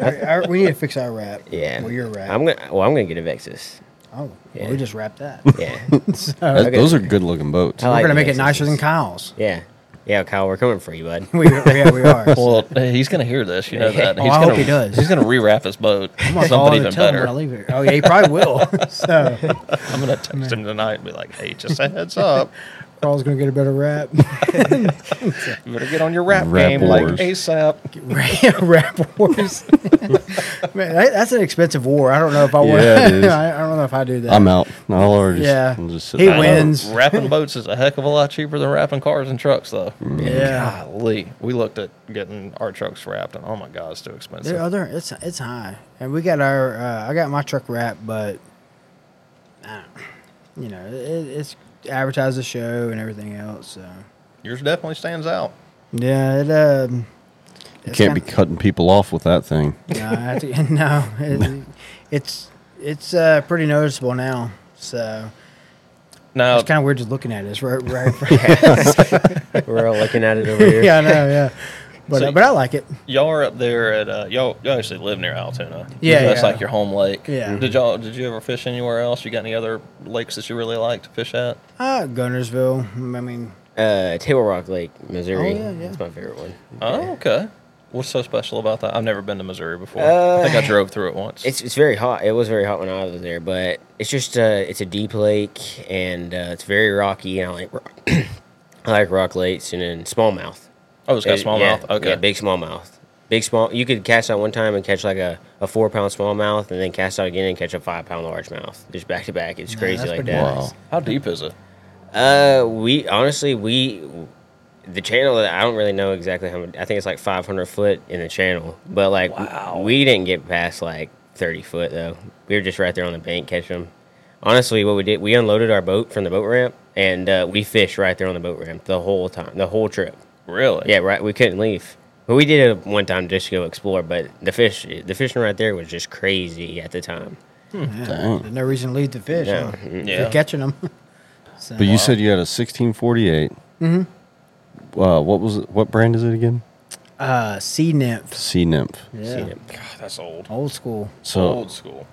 C: I- I- we need to fix our wrap.
D: yeah.
C: Well, your wrap.
D: I'm gonna. Well, I'm gonna get a Vexus.
C: oh, well,
D: Yeah.
C: we just wrapped
D: [LAUGHS]
C: that.
D: Yeah,
C: so
B: That-
D: Okay.
B: Those are good looking boats.
D: I
C: we're
D: like
C: gonna
D: the
C: make it
D: Vexuses.
C: nicer than Kyle's.
D: Yeah, yeah, Kyle, we're coming for
C: [LAUGHS]
D: you, bud.
C: we, yeah, we
D: [LAUGHS]
C: are.
A: Well, hey, he's gonna hear this. You [LAUGHS] know that.
C: Oh,
A: he's
C: I hope
A: gonna,
C: he does.
A: He's gonna rewrap his boat.
C: I'm gonna call
A: Something even
C: him and tell him when
A: better.
C: I leave here. Oh yeah, he probably will. [LAUGHS] so
D: [LAUGHS]
A: I'm gonna text him tonight and be like, "Hey, just a
C: [LAUGHS]
A: heads up.
C: Carl's gonna get a better rap. [LAUGHS]
A: You better get on your rap,
B: Rap
A: game like
B: wars.
A: ASAP."
C: rap [LAUGHS] wars. Man, that, that's an expensive war. I don't know if I want. [LAUGHS]
B: Yeah, it is.
C: I, I don't know if I do that.
B: I'm out. I'll already
C: Yeah.
B: just, I'll just sit
C: He
B: down.
C: wins.
A: Wrapping boats is a heck of a lot cheaper than wrapping cars and trucks, though.
C: Yeah.
A: [LAUGHS] Golly, we looked at getting our trucks wrapped, and oh my god, it's too expensive.
C: There are other it's it's high, and we got our uh, I got my truck wrapped, but I don't, you know it, it's advertised the show and everything else. So
A: Yours definitely stands out.
C: yeah, it um.
B: You
C: it's
B: can't be
C: kinda-
B: cutting people off with that thing.
C: [LAUGHS] No, I have to, [LAUGHS] no, it, it's it's uh, pretty noticeable now. So
A: Now,
C: it's kind of weird just looking at it. It's right, right.
B: [LAUGHS]
C: right-
D: we're all looking at it over here.
C: yeah, I
D: [LAUGHS]
C: know. Yeah, but
A: So-
C: uh, but I like it.
A: y'all are up there at uh, y'all. Y'all actually live near Altoona.
C: Yeah,
A: that's
C: yeah.
A: like your home lake.
C: Yeah.
A: Did y'all? Did you ever fish anywhere else? You got any other lakes that you really like to fish at?
C: Uh, Gunnersville. I mean,
D: Uh, Table Rock Lake, Missouri.
C: Oh, yeah, yeah.
D: That's my favorite one.
A: Oh, okay. What's so special about that? I've never been to Missouri before. I
D: Uh,
A: think I drove through it once.
D: It's it's very hot. It was very hot when I was there, but it's just uh, it's a deep lake and uh, it's very rocky. And I like rock, [CLEARS THROAT] I like rock lakes and then smallmouth.
A: oh, it's got
D: Uh, yeah,
A: smallmouth. okay.
D: yeah, big smallmouth, big small. You could cast out one time and catch like a, a four pound smallmouth, and then cast out again and catch a five pound largemouth, just back to back. It's crazy
C: that's
D: like
C: pretty
D: that.
C: nice.
A: How deep is it?
D: Uh, we honestly we the channel that I don't really know exactly how much. I think it's like 500 foot in the channel, but like
A: Wow.
D: we didn't get past like 30 foot though. We were just right there on the bank catching them. Honestly, what we did, we unloaded our boat from the boat ramp and uh, we fished right there on the boat ramp the whole time, the whole trip.
A: Really?
D: Yeah, right. We couldn't leave. But we did it one time just to go explore. But the fish, the fishing right there was just crazy at the time.
C: yeah,
B: Dang.
C: there's no reason to leave the fish.
D: Yeah.
C: huh?
A: Yeah.
C: You're catching them. so,
B: But you said you had a 1648. Mm-hmm. Uh, what was it? What brand is it again?
C: uh, sea nymphs.
B: Sea Nymph.
C: Yeah,
A: God, that's old.
C: old school.
B: So,
A: old school.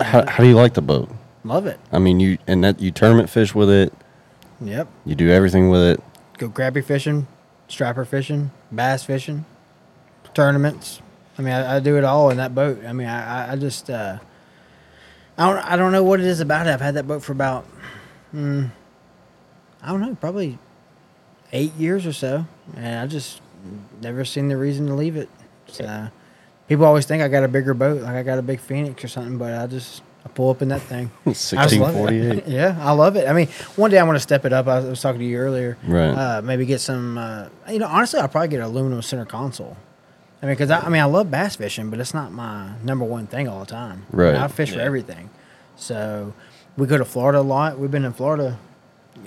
B: how, how do you like the boat?
C: Love it.
B: I mean, you and that you tournament fish with it.
C: Yep.
B: You do everything with it.
C: Go crappie fishing, striper fishing, bass fishing, tournaments. I mean, I, I do it all in that boat. I mean, I, I- I just, uh, I don't, I don't know what it is about it. I've had that boat for about, mm, I don't know, probably eight years or so, and I just never seen the reason to leave it. So, people always think I got a bigger boat, like I got a big Phoenix or something, but I just I pull up in that thing. I just love it.
B: 1648.
C: [LAUGHS] yeah, I love it. I mean, one day I want to step it up. I was, I was talking to you earlier.
B: Right.
C: Uh, maybe get some. Uh, you know, honestly, I'll probably get an aluminum center console. I mean, because I, I mean, I love bass fishing, but it's not my number one thing all the time. I mean,
B: Right.
C: I fish for
A: Yeah.
C: everything. So we go to Florida a lot. We've been in Florida.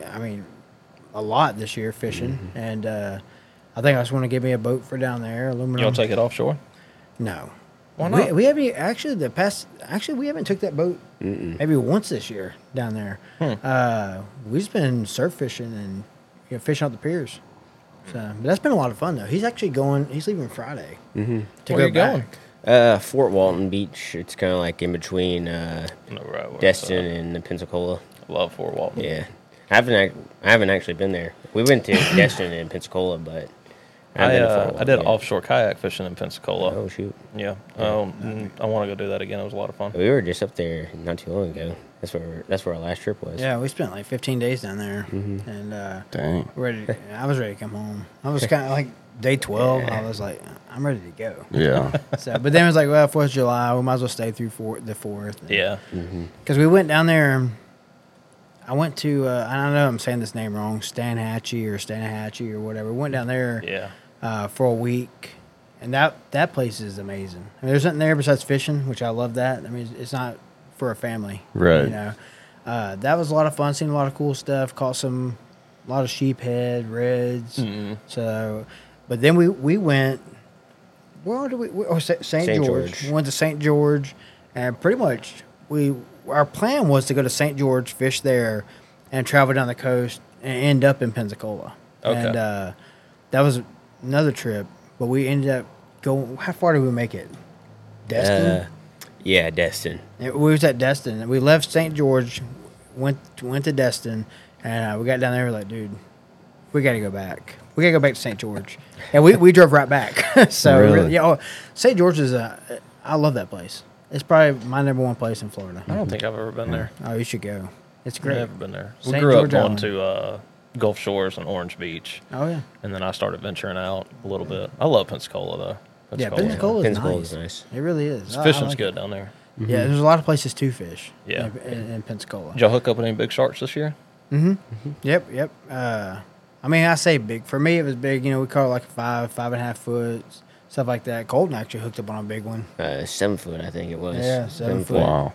C: I mean, a lot this year fishing,
B: Mm-hmm.
C: and uh, I think I just want to get me a boat for down there. Aluminum.
A: You want to take it offshore?
C: No.
A: Why
C: We,
A: not?
C: we haven't e, actually the past. Actually, we haven't took that boat maybe once this year down there.
A: Hmm.
C: Uh, we've been surf fishing and you know, fishing out the piers. So, but that's been a lot of fun though. He's actually going. He's leaving Friday. Mm-hmm. To
A: Where
C: go
A: you going?
C: back.
D: Uh, Fort Walton Beach. It's kind of like in between uh,
A: No, right. where it's,
D: Destin and Pensacola.
A: uh, Love Fort Walton.
D: Yeah, I haven't. ac- I haven't actually been there. We
A: [COUGHS]
D: went to Destin and Pensacola, but I, haven't
A: I,
D: been to
A: uh,
D: Fort
A: I
D: Walton
A: did
D: yet.
A: offshore kayak fishing in Pensacola.
D: Oh shoot!
A: Yeah. Um, mm, I want to go do that again. It was a lot of fun.
D: We were just up there not too long ago. That's where that's where our last trip was.
C: Yeah, we spent like 15 days down there, and uh,
B: Dang.
C: ready. I was ready to come home. I was kind of like day 12. I was like, I'm ready to go. [LAUGHS]
B: Yeah.
C: So, but then it was like, well, Fourth of July. We might as well stay through four, the fourth.
A: Yeah.
C: Because we went down there. um, I went to, uh, I don't know, I'm saying this name wrong, Stanhatchee or Stanahatchee or whatever. Went down there
A: Yeah.
C: uh, for a week. And that, that place is amazing. I mean, there's nothing there besides fishing, which I love that. I mean, it's- it's not for a family.
B: Right.
C: You know, uh, that was a lot of fun. Seen a lot of cool stuff. Caught some, a lot of sheephead, reds. So, but then we, we went, where all did we, we- oh, St.
D: Saint
C: George.
D: George.
C: We went to St. George, and pretty much we our plan was to go to St. George, fish there, and travel down the coast and end up in Pensacola.
A: Okay.
C: And uh, that was another trip, but we ended up going. How far did we make it? Destin.
D: Uh, yeah, Destin.
C: And we was at Destin. We left St. George, went went to Destin, and uh, we got down there. We're like, dude, we got to go back. We got to go back to St. George, and we, we drove right back. [LAUGHS] so
B: Really?
C: really? yeah, oh, St. George is a. I love that place. It's probably my number one place in Florida.
A: I don't think I've ever been there.
C: Oh, you should go. It's [LAUGHS] great.
A: Never been there. We
C: Saint
A: grew
C: George
A: up going
C: Island.
A: to uh, Gulf Shores and Orange Beach,
C: Oh yeah,
A: and then I started venturing out a little bit. I love Pensacola though.
C: yeah. Pensacola is
D: Pensacola
C: nice.
D: is nice. Mm-hmm.
C: It really is.
A: This
C: I- I
A: Fishing's
C: like
A: good down there.
C: it. Yeah, there's a lot of places to fish.
A: Yeah.
C: in, in, in Pensacola.
A: Did y'all hook up with any big sharks this year?
C: Mm-hmm. Yep, yep. Uh, I mean, I say big. For me, it was big. You know, we caught like five, five and a half foot, stuff like that. Colton actually hooked up on a big one.
D: Uh, seven foot, I think it was.
C: Yeah, seven foot.
B: wow.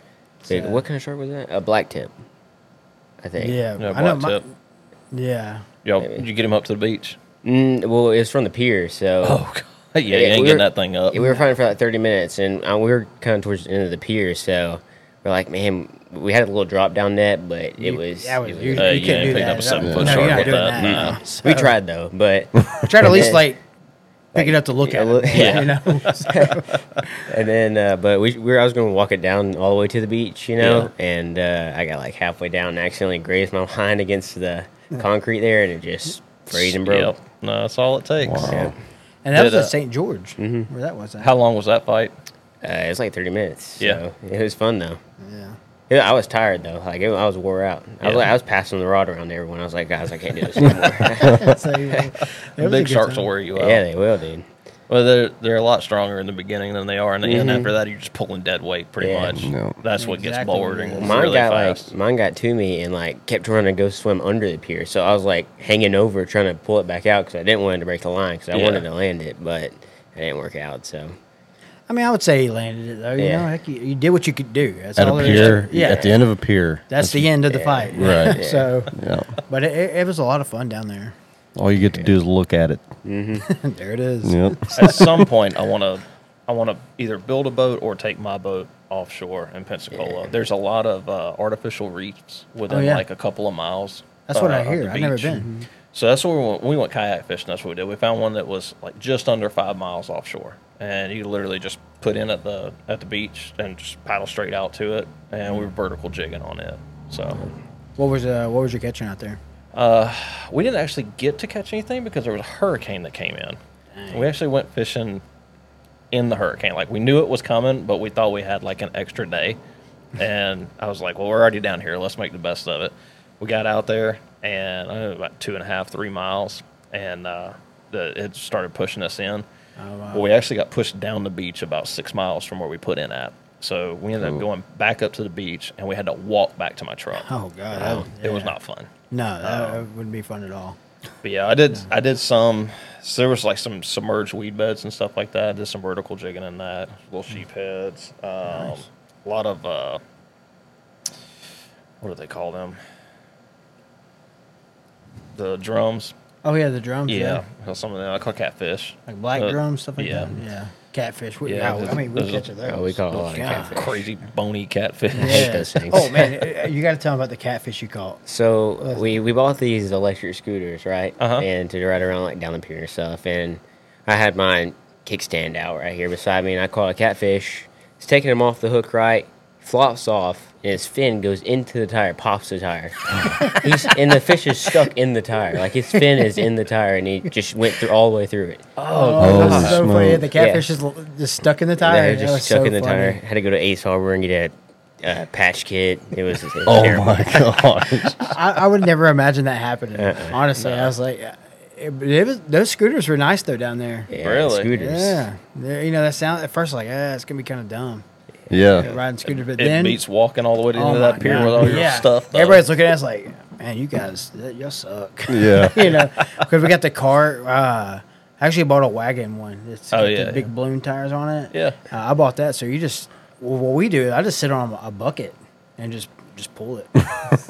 D: Big-
C: So-
D: What kind of shark was that? A black tip, I think.
C: Yeah,
A: Yeah,
C: I know.
A: black
C: My,
A: tip.
C: yeah,
A: Y'all,
D: Maybe.
A: did you get him up to the
D: [LAUGHS]
A: beach?
D: Mm, well, it was from the pier, so.
A: Oh, God. [LAUGHS] yeah, you
D: Yeah,
A: ain't
D: we
A: getting
D: were-
A: that thing up.
D: Yeah, we were fighting for like 30 minutes, and uh, we were kind of towards the end of the pier, so we're like, man, we had a little drop down net, but it
C: You-
D: was.
C: that was-
D: it
C: you-
A: Uh,
C: you
A: you
C: can't do
A: ain't picking
C: that.
A: up a seven
C: No,
A: foot
C: you're
A: shark
C: not
A: with
C: doing
A: that.
C: that.
A: Mm-mm.
C: No.
D: we tried though, but [LAUGHS]
C: try to at least
D: Yeah.
C: like pick it up to look
D: Yeah,
C: at.
D: look-
C: it, [LAUGHS]
D: yeah.
C: you
D: [LAUGHS]
C: know.
D: and then uh, but we, we were, I was going to walk it down all the way to the beach, you know, and uh, I got like halfway down and accidentally grazed my [LAUGHS] line
C: [LAUGHS]
D: against the concrete there, and it just frayed and broke.
A: Yep. No, that's all it takes.
B: Wow.
D: Yeah.
C: and that was
A: Did,
C: at
A: uh,
C: St. George,
D: Mm-hmm.
C: where that was. At.
A: How long was that fight?
D: Uh, it was like 30 minutes.
A: Yeah.
D: So it was fun though.
C: Yeah. [LAUGHS]
D: Yeah, I was tired though. Like it, I was wore out. I was
A: Yeah.
D: like, I was passing the rod around to everyone. I was like, guys, I can't do this anymore.
C: So, it was a
A: big
C: good
A: sharks
C: time.
A: will wear you out.
D: yeah, they will, dude.
A: Well, they're they're a lot stronger in the beginning than they are in the end. After that, you're just pulling dead weight pretty
D: Mm-hmm. Yeah.
A: much.
B: No.
A: That's what gets
C: Exactly.
A: boring
C: Well,
D: Mine
A: really
D: got
A: fast.
D: like mine got to me and like kept trying to go swim under the pier. So I was like hanging over trying to pull it back out because I didn't want it to break the line because I
A: Yeah.
D: wanted to land it, but it didn't work out. So
C: I mean, I would say he landed it though. You
D: Yeah.
C: know, heck, you, you did what you could do. That's
B: At a
C: all there is.
B: pier.
C: Yeah.
B: At the end of a pier.
C: That's the end of the fight.
B: Right. Yeah.
C: [LAUGHS] so,
B: Yeah.
C: but it, it, it was a lot of fun down there. [LAUGHS]
B: All you get to do is look at it.
C: there it is.
B: Yep.
A: At some point, I want to I want to either build a boat or take my boat offshore in Pensacola. There's a lot of uh, artificial reefs within
C: Oh, yeah.
A: like a couple of miles.
C: That's what
A: uh,
C: I
A: of
C: hear.
A: the
C: I've never
A: beach.
C: been.
A: So that's where we went, we went kayak fishing. That's what we did. We found one that was like just under five miles offshore, and you literally just put in at the at the beach and just paddle straight out to it, and we were vertical jigging on it. So
C: What was uh, what was your catching out there?
A: we didn't actually get to catch anything because there was a hurricane that came in. We actually went fishing in the hurricane. Like we knew it was coming, but we thought we had like an extra
C: [LAUGHS]
A: day. And I was like, well, we're already down here. Let's make the best of it. We got out there and I don't know, about two and a half, three miles, and uh, the, it started pushing us in.
C: Oh, wow.
A: Well, we actually got pushed down the beach about six miles from where we put in at. So we ended up going back up to the beach, and we had to walk back to my truck.
C: Oh god,
D: Wow.
C: that-
A: It was
C: yeah.
A: not fun.
C: No, that
D: Oh.
C: that wouldn't be fun at all.
A: But yeah, I did. I did some. So there was like some submerged weed beds and stuff like that. I did some vertical jigging in that. Little
C: Mm.
A: sheep heads. Um, A lot of uh, what do they call them? The drums.
C: Oh yeah, the drums.
A: Yeah,
C: Yeah,
A: some of them I call catfish.
C: like black
A: Uh,
C: drums, stuff like
A: yeah.
C: that. Yeah, catfish. We,
A: Yeah,
C: yeah, I
A: there's-
C: mean we
A: there's a-
C: catch those.
D: Oh, we caught a lot of
C: Yeah.
D: catfish.
A: Crazy bony catfish.
D: hate those things.
C: Oh man, uh, you got to tell them about the catfish you caught. Oh,
D: So we, we bought these electric scooters, right?
A: Uh-huh.
D: And to ride around like down the pier and stuff. And I had mine kickstand out right here beside me, and I caught a catfish. It's taking him off the hook, right? Flops off, and his fin goes into the tire, pops
C: [LAUGHS]
D: the tire. He's, and the fish is stuck in the tire. Like his fin is in the tire, and he just went through all the way through it.
C: Oh, that's so
B: smoke.
C: funny. The catfish is l- just stuck in the
D: And
C: tire.
D: they're
C: that
D: just
C: was
D: stuck
C: so
D: in the
C: funny.
D: tire. Had to go to Ace Harbor and get a uh, patch kit. It was, it was
B: Oh
D: terrible.
B: my [LAUGHS] god!
C: I, I would never imagine that happening.
D: Uh-uh.
C: Honestly, I was like, uh, it, it was, those scooters were nice though down there.
D: Yeah,
A: Really?
D: Scooters.
C: Yeah, They're- you know that sound at first like, ah, it's gonna be kind of dumb
B: Yeah,
C: riding scooters,
A: [LAUGHS]
C: but
A: It
C: then
A: beats walking all the way to the
C: oh
A: end of
C: my
A: that pier
C: God.
A: with all your
C: Yeah.
A: stuff. though.
C: Everybody's looking at us like, man, you guys, that, y'all suck. [LAUGHS]
B: yeah.
C: you know, because we got the cart. Uh, I actually bought a wagon one. It's
A: Oh,
C: got
A: yeah,
C: the big balloon tires on it.
A: Yeah.
C: uh, I bought that. So you just well, what we do, I just sit on a bucket and just just
A: [LAUGHS]
C: pull it.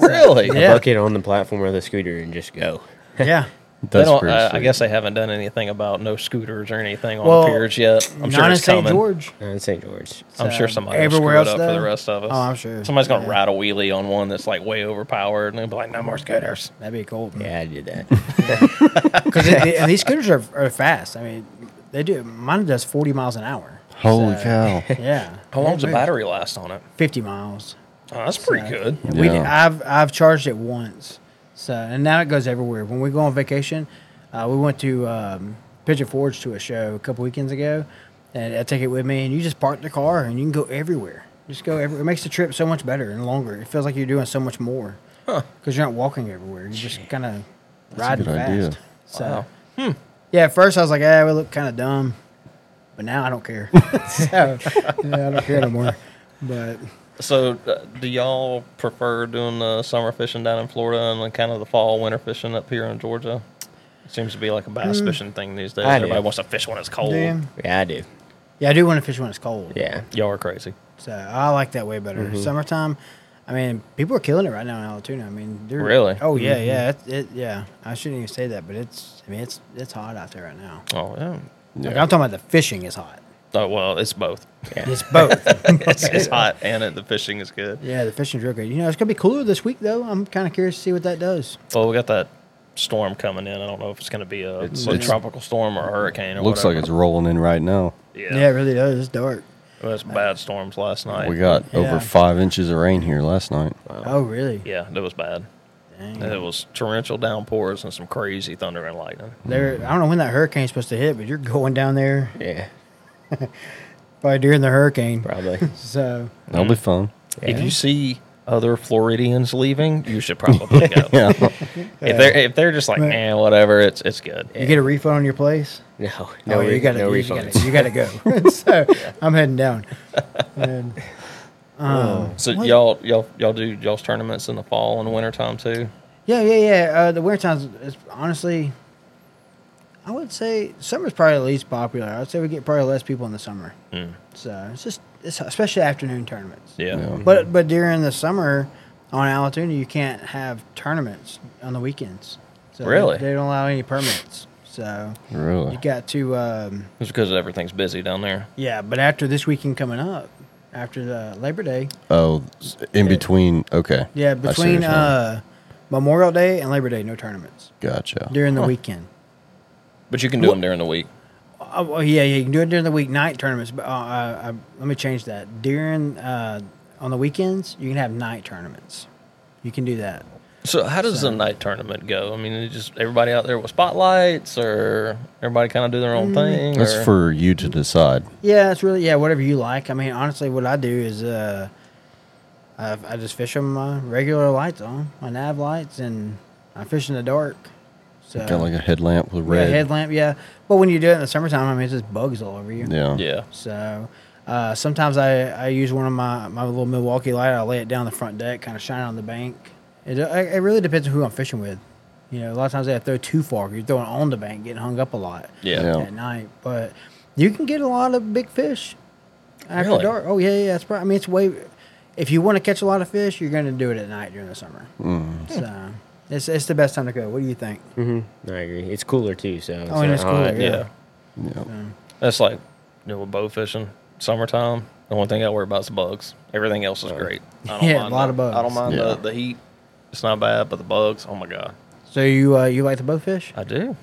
A: really.
C: [LAUGHS] Yeah.
D: Bucket on the platform of the scooter and just go.
C: yeah.
A: They
B: That's
A: don't,
B: pretty
A: I, I
B: sweet.
A: guess they haven't done anything about no scooters or anything on
C: Well,
A: the piers yet. I'm
C: Not
A: sure
C: in
A: it's
C: St.
A: coming.
C: George.
D: Uh, in St. George.
A: I'm
C: So,
A: sure somebody everywhere
C: everywhere
A: will screw it
C: else,
A: up for
C: though?
A: the rest of us.
C: Oh, I'm sure.
A: Somebody's gonna
C: Yeah.
A: ride a wheelie on one that's like way overpowered, and they'll be like, "No more scooters."
C: That'd be cool.
D: Yeah, I
C: [LAUGHS]
D: did that.
C: Because and these scooters are, are fast. I mean, they do. Mine does 40 miles an hour.
B: Holy
A: uh,
C: So,
B: cow!
A: [LAUGHS]
C: Yeah.
A: How long's the
C: It moves.
A: battery last on it?
C: 50 miles.
A: Oh, that's pretty good.
C: We
B: Yeah.
C: I've I've charged it once, so and now it goes everywhere. When we go on vacation, uh, we went to um, Pigeon Forge to a show a couple weekends ago, and I take it with me, and you just park the car and you can go everywhere. Just go everywhere. It makes the trip so much better and longer. It feels like you're doing so much more because you're not walking everywhere. You're just kind of riding
B: good
C: fast.
B: idea.
C: So
A: Wow. Hmm.
C: yeah, at first I was like, ah, we look kind of dumb, but now I don't care. [LAUGHS]
A: [LAUGHS]
C: so yeah, I don't care anymore. But
A: So, uh, do y'all prefer doing the summer fishing down in Florida and then kind of the fall winter fishing up here in Georgia? It seems to be like a bass fishing thing these days.
D: I do.
A: Everybody wants to fish when it's cold.
C: Mm. yeah,
D: yeah, I do.
C: yeah, I do want to fish when it's cold.
D: Yeah.
A: Y'all are crazy.
C: So I like that way better. Summertime, I mean, people are killing it right now in Alatoona. I mean, they're
A: Really?
C: Oh yeah, yeah, it, it, yeah. I shouldn't even say that, but it's. I mean, it's it's hot out there right now.
A: Oh yeah.
B: Yeah.
C: Like, I'm talking about the fishing is hot.
A: Oh well, it's both.
C: It's both.
A: it's, it's hot and it, the fishing is good.
C: [LAUGHS] yeah, the fishing's real good. You know, it's gonna be cooler this week though. I'm kind of curious to see what that does.
A: Well, we got that storm coming in. I don't know if it's going to be a,
B: It's-
A: a
B: it's-
A: tropical storm or a hurricane. Or
B: Looks like it's rolling in right now.
A: it's
C: Yeah, it really does. It's dark.
A: Well, it's bad storms last night.
B: We got
C: Yeah.
B: over five inches of rain here last night.
C: Oh really?
A: yeah, it was bad.
C: Dang.
A: And It was torrential downpours and some crazy thunder and lightning.
C: There. I don't know when that hurricane's supposed to hit, but you're going down there
D: Yeah.
C: probably during the hurricane. [LAUGHS]
D: Probably. [LAUGHS]
C: So
B: That'll
A: Mm. [LAUGHS]
B: be fun.
A: If you see other Floridians leaving, you should probably go.
B: [LAUGHS] Yeah,
A: If they're if they're just like, eh, whatever, it's it's good.
C: you get a refund on your place.
D: No.
C: No,
D: No, re-
C: Oh, you gotta,
D: no
C: you
D: refunds.
C: Gotta, you
D: [LAUGHS]
C: gotta go. [LAUGHS] so I'm heading down. And,
D: Oh.
C: um,
A: So y'all y'all y'all do y'all's tournaments in the fall and winter time too.
C: yeah, yeah, yeah. Uh, the winter times is honestly, I would say summer's probably the least popular. I would say we get probably less people in the summer.
A: Mm.
C: So it's just it's especially afternoon tournaments.
A: Yeah.
B: Yeah.
C: But but during the summer on Alatoona, you can't have tournaments on the weekends. So they-
A: Really?
C: they, don't allow any permits. So
B: really.
C: you got to. Um,
A: It's because everything's busy down there.
C: yeah, but after this weekend coming up, after the Labor Day,
B: Oh, s- in between. Okay.
C: Yeah,
B: I see what
C: between
B: you're saying.
C: uh, Memorial Day and Labor Day, no tournaments
B: Gotcha.
C: during the weekend.
A: But you can do them during the week.
C: Oh, well, yeah, yeah, you can do it during the week night tournaments. But uh, uh, uh, let me change that. During uh, on the weekends, you can have night tournaments. You can do that.
A: So how does the night tournament go? I mean, it just everybody out there with spotlights, or everybody kind of do their own
C: Mm.
A: thing.
B: That's
A: or-
B: for you to decide.
C: Yeah, it's really yeah, whatever you like. I mean, honestly, what I do is uh, I, I just fish on my regular lights on my nav lights, and I fish in the dark. So
B: Got like a headlamp with red.
C: Uh, Yeah, headlamp, yeah. But when you do it in the summertime, I mean, it's just bugs all over you.
B: Yeah.
A: yeah.
C: So uh, sometimes I, I use one of my, my little Milwaukee light. I lay it down the front deck, kind of shine it on the bank. It, uh, it really depends on who I'm fishing with. You know, a lot of times they have to throw too far. You're throwing on the bank, getting hung up a lot
A: yeah,
B: Yeah.
C: at night. But you can get a lot of big fish after
A: Really?
C: dark. Oh yeah, yeah. It's probably, I mean, it's way. If you want to catch a lot of fish, you're going to do it at night during the summer.
B: Mm, Hmm.
C: So it's it's the best time to go. What do you think?
D: Mm-hmm. I agree. It's cooler too. So uh,
C: Oh, and it's
D: not hot.
C: cooler, yeah.
B: Yeah.
A: That's like you know, with bow fishing, summertime. The one thing I worry about is bugs. Everything else is great. I
C: Yeah, a lot
A: the-
C: of bugs.
A: I don't mind
B: Yeah.
A: the, the heat. It's not bad, but the bugs. Oh my god,
C: So you uh, you like the bow fish?
A: I do.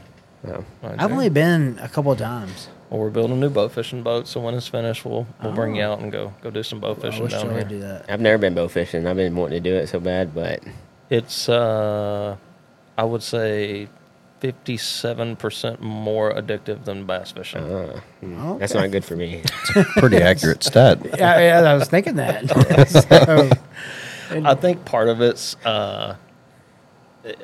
D: No.
A: I
C: I've
A: do.
C: only been a couple of times.
A: Well, we're building a new bow fishing boat, so when it's finished, we'll we'll bring you out and go go do some bow
C: Oh. I
A: fishing
C: wish I
A: down
C: would
A: here.
C: do that.
D: I've never been bow fishing. I've been wanting to do it so bad, but
A: It's uh, I would say. 57% more addictive than bass fishing.
D: Uh-huh.
C: Oh,
D: uh, that's
C: okay.
D: not good
C: [LAUGHS]
D: for me.
B: Pretty accurate stat.
C: Uh, Yeah, [LAUGHS] yeah, I was
A: [LAUGHS]
C: thinking that. [LAUGHS] So,
A: I think part of it's uh,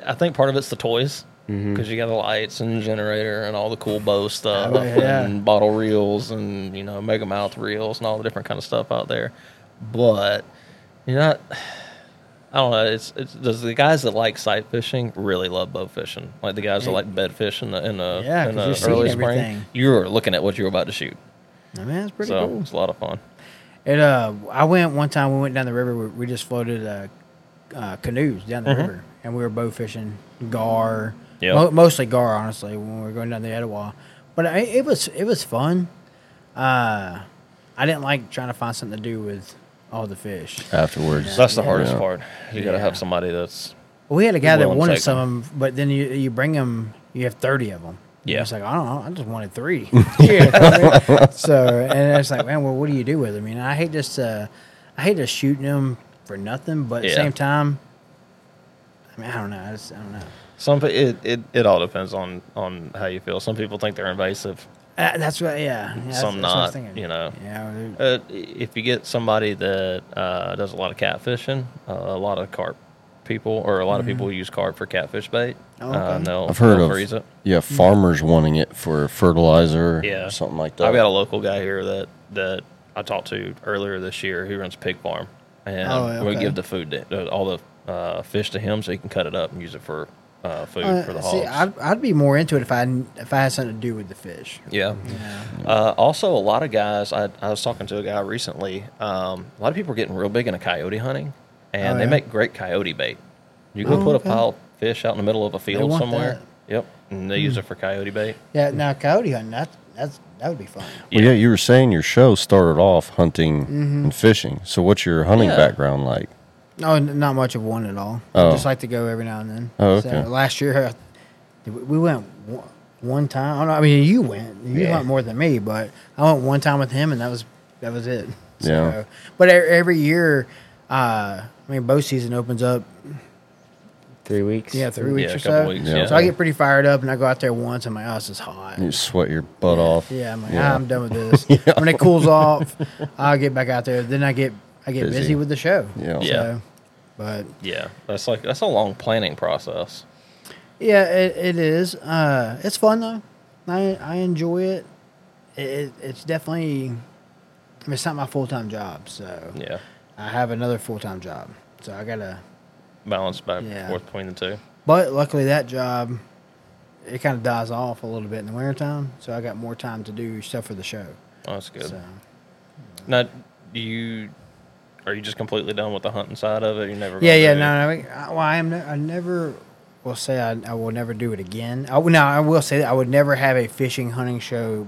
A: I think part of it's the toys because
C: Mm-hmm.
A: you got the lights and generator and all the cool bow stuff
C: Oh, yeah.
A: and bottle reels and you know mega mouth reels and all the different kind of stuff out there. But you're not. I don't know. It's it's does the guys that like sight fishing really love bow fishing? Like the guys that like bed fish in the in the,
C: Yeah,
A: in
C: 'cause you're
A: the
C: seeing
A: early spring,
C: everything.
A: you're looking at what you're about to shoot.
C: I mean, that's pretty
A: so
C: cool.
A: it's a lot of fun.
C: It uh, I went one time. We went down the river. We, we just floated uh, uh, canoes down the river, and we were bow fishing gar.
A: Mm-hmm. Yeah.
C: mo- mostly gar, honestly, when we were going down the Etowah. But I, it was it was fun. Uh, I didn't like trying to find something to do with all the
A: Uh,
C: fish.
B: Afterwards.
A: That's the hardest
B: Yeah.
A: part. You got to
C: Yeah.
A: have somebody that's
C: We had a guy that
A: Well,
C: wanted
A: take
C: some, of 'em, but then you you bring him, you have thirty of them.
A: Yeah.
C: it's like I don't know, I just wanted
A: [LAUGHS]
C: three. [LAUGHS] yeah, so and it's like, man, well, what do you do with them? You know, I hate just uh, I hate just shooting them for nothing, but at
A: Yeah.
C: the same time, I mean, I don't know, I, just, I don't know.
A: Some pe- it, it it all depends on on how you feel. Some people think they're invasive.
C: Uh, that's what, yeah. yeah, that's-
A: Some
C: that's what I was
A: not,
C: thinking.
A: you know.
C: Yeah, well,
A: Uh, if you get somebody that uh, does a lot of catfishing, uh, a lot of carp people or a lot of people use carp for catfish bait.
C: Mm-hmm. Oh, okay.
A: Uh, and they'll,
B: I've heard
A: they'll
B: of
A: freeze it.
B: yeah farmers wanting it for fertilizer,
A: Yeah.
B: or something like that.
A: I've got a local guy here that that I talked to earlier this year who runs pig farm, and
C: Oh, yeah,
A: we
C: okay.
A: give the food to, uh, all the uh, fish to him so he can cut it up and use it for uh, food
C: uh,
A: for the hogs.
C: see, I'd, I'd be more into it if I if I had something to do with the fish.
A: yeah.
C: Yeah.
A: Uh, also, a lot of guys. I, I was talking to a guy recently. Um, a lot of people are getting real big into coyote hunting, and
C: Oh,
A: they
C: yeah.
A: make great coyote bait. You can
C: Oh,
A: put
C: okay.
A: a pile of fish out in the middle of a field
C: want Hmm.
A: somewhere. Yep, and they use it for coyote bait.
C: Yeah, now coyote hunting, that's that's that would be fun.
B: Well, yeah, you were saying your show started off hunting
C: Mm-hmm.
B: and fishing. So, what's your hunting
A: Yeah.
B: background like?
C: No, n- not much of one at all.
B: Oh.
C: I just like to go every now and then.
B: Oh,
C: So
B: okay.
C: last year, I- we went one- one time. I, don't know, I mean, you went. You
D: Yeah.
C: went more than me, but I went one time with him, and that was that was it.
B: Yeah.
C: But e- every year, uh, I mean, bow season opens up.
D: Three weeks.
C: Yeah, three weeks
A: yeah,
C: or
A: a couple
C: so.
A: weeks.
B: Yeah.
A: Yeah.
C: So I get pretty fired up, and I go out there once. I'm like, oh, this is hot.
B: Oh. You sweat your butt off.
C: Yeah, I'm like, "Ah, I'm done
B: [LAUGHS]
C: with this. When it cools off, I'll get back out there. Then I get I get
B: Busy.
C: busy, with the show.
B: Yeah.
C: So,
A: Yeah.
C: But
A: yeah, that's like that's a long planning process.
C: Yeah, it, it is. Uh, it's fun though. I I enjoy it. it, it it's definitely. I mean, it's not my full time job, so
A: Yeah,
C: I have another full time job. So I gotta.
A: balance back and
C: Yeah.
A: forth between the two.
C: But luckily, that job it kind of dies off a little bit in the wintertime, so I got more time to do stuff for the show.
A: Oh, that's good.
C: So
A: Now, do you are you just completely done with the hunting side of it? You never.
C: yeah,
A: gonna
C: yeah,
A: do-
C: no, no. I, I- well, I am. Ne- I never will say I, I will never do it again. I, will- no, I will say that I would never have a fishing hunting show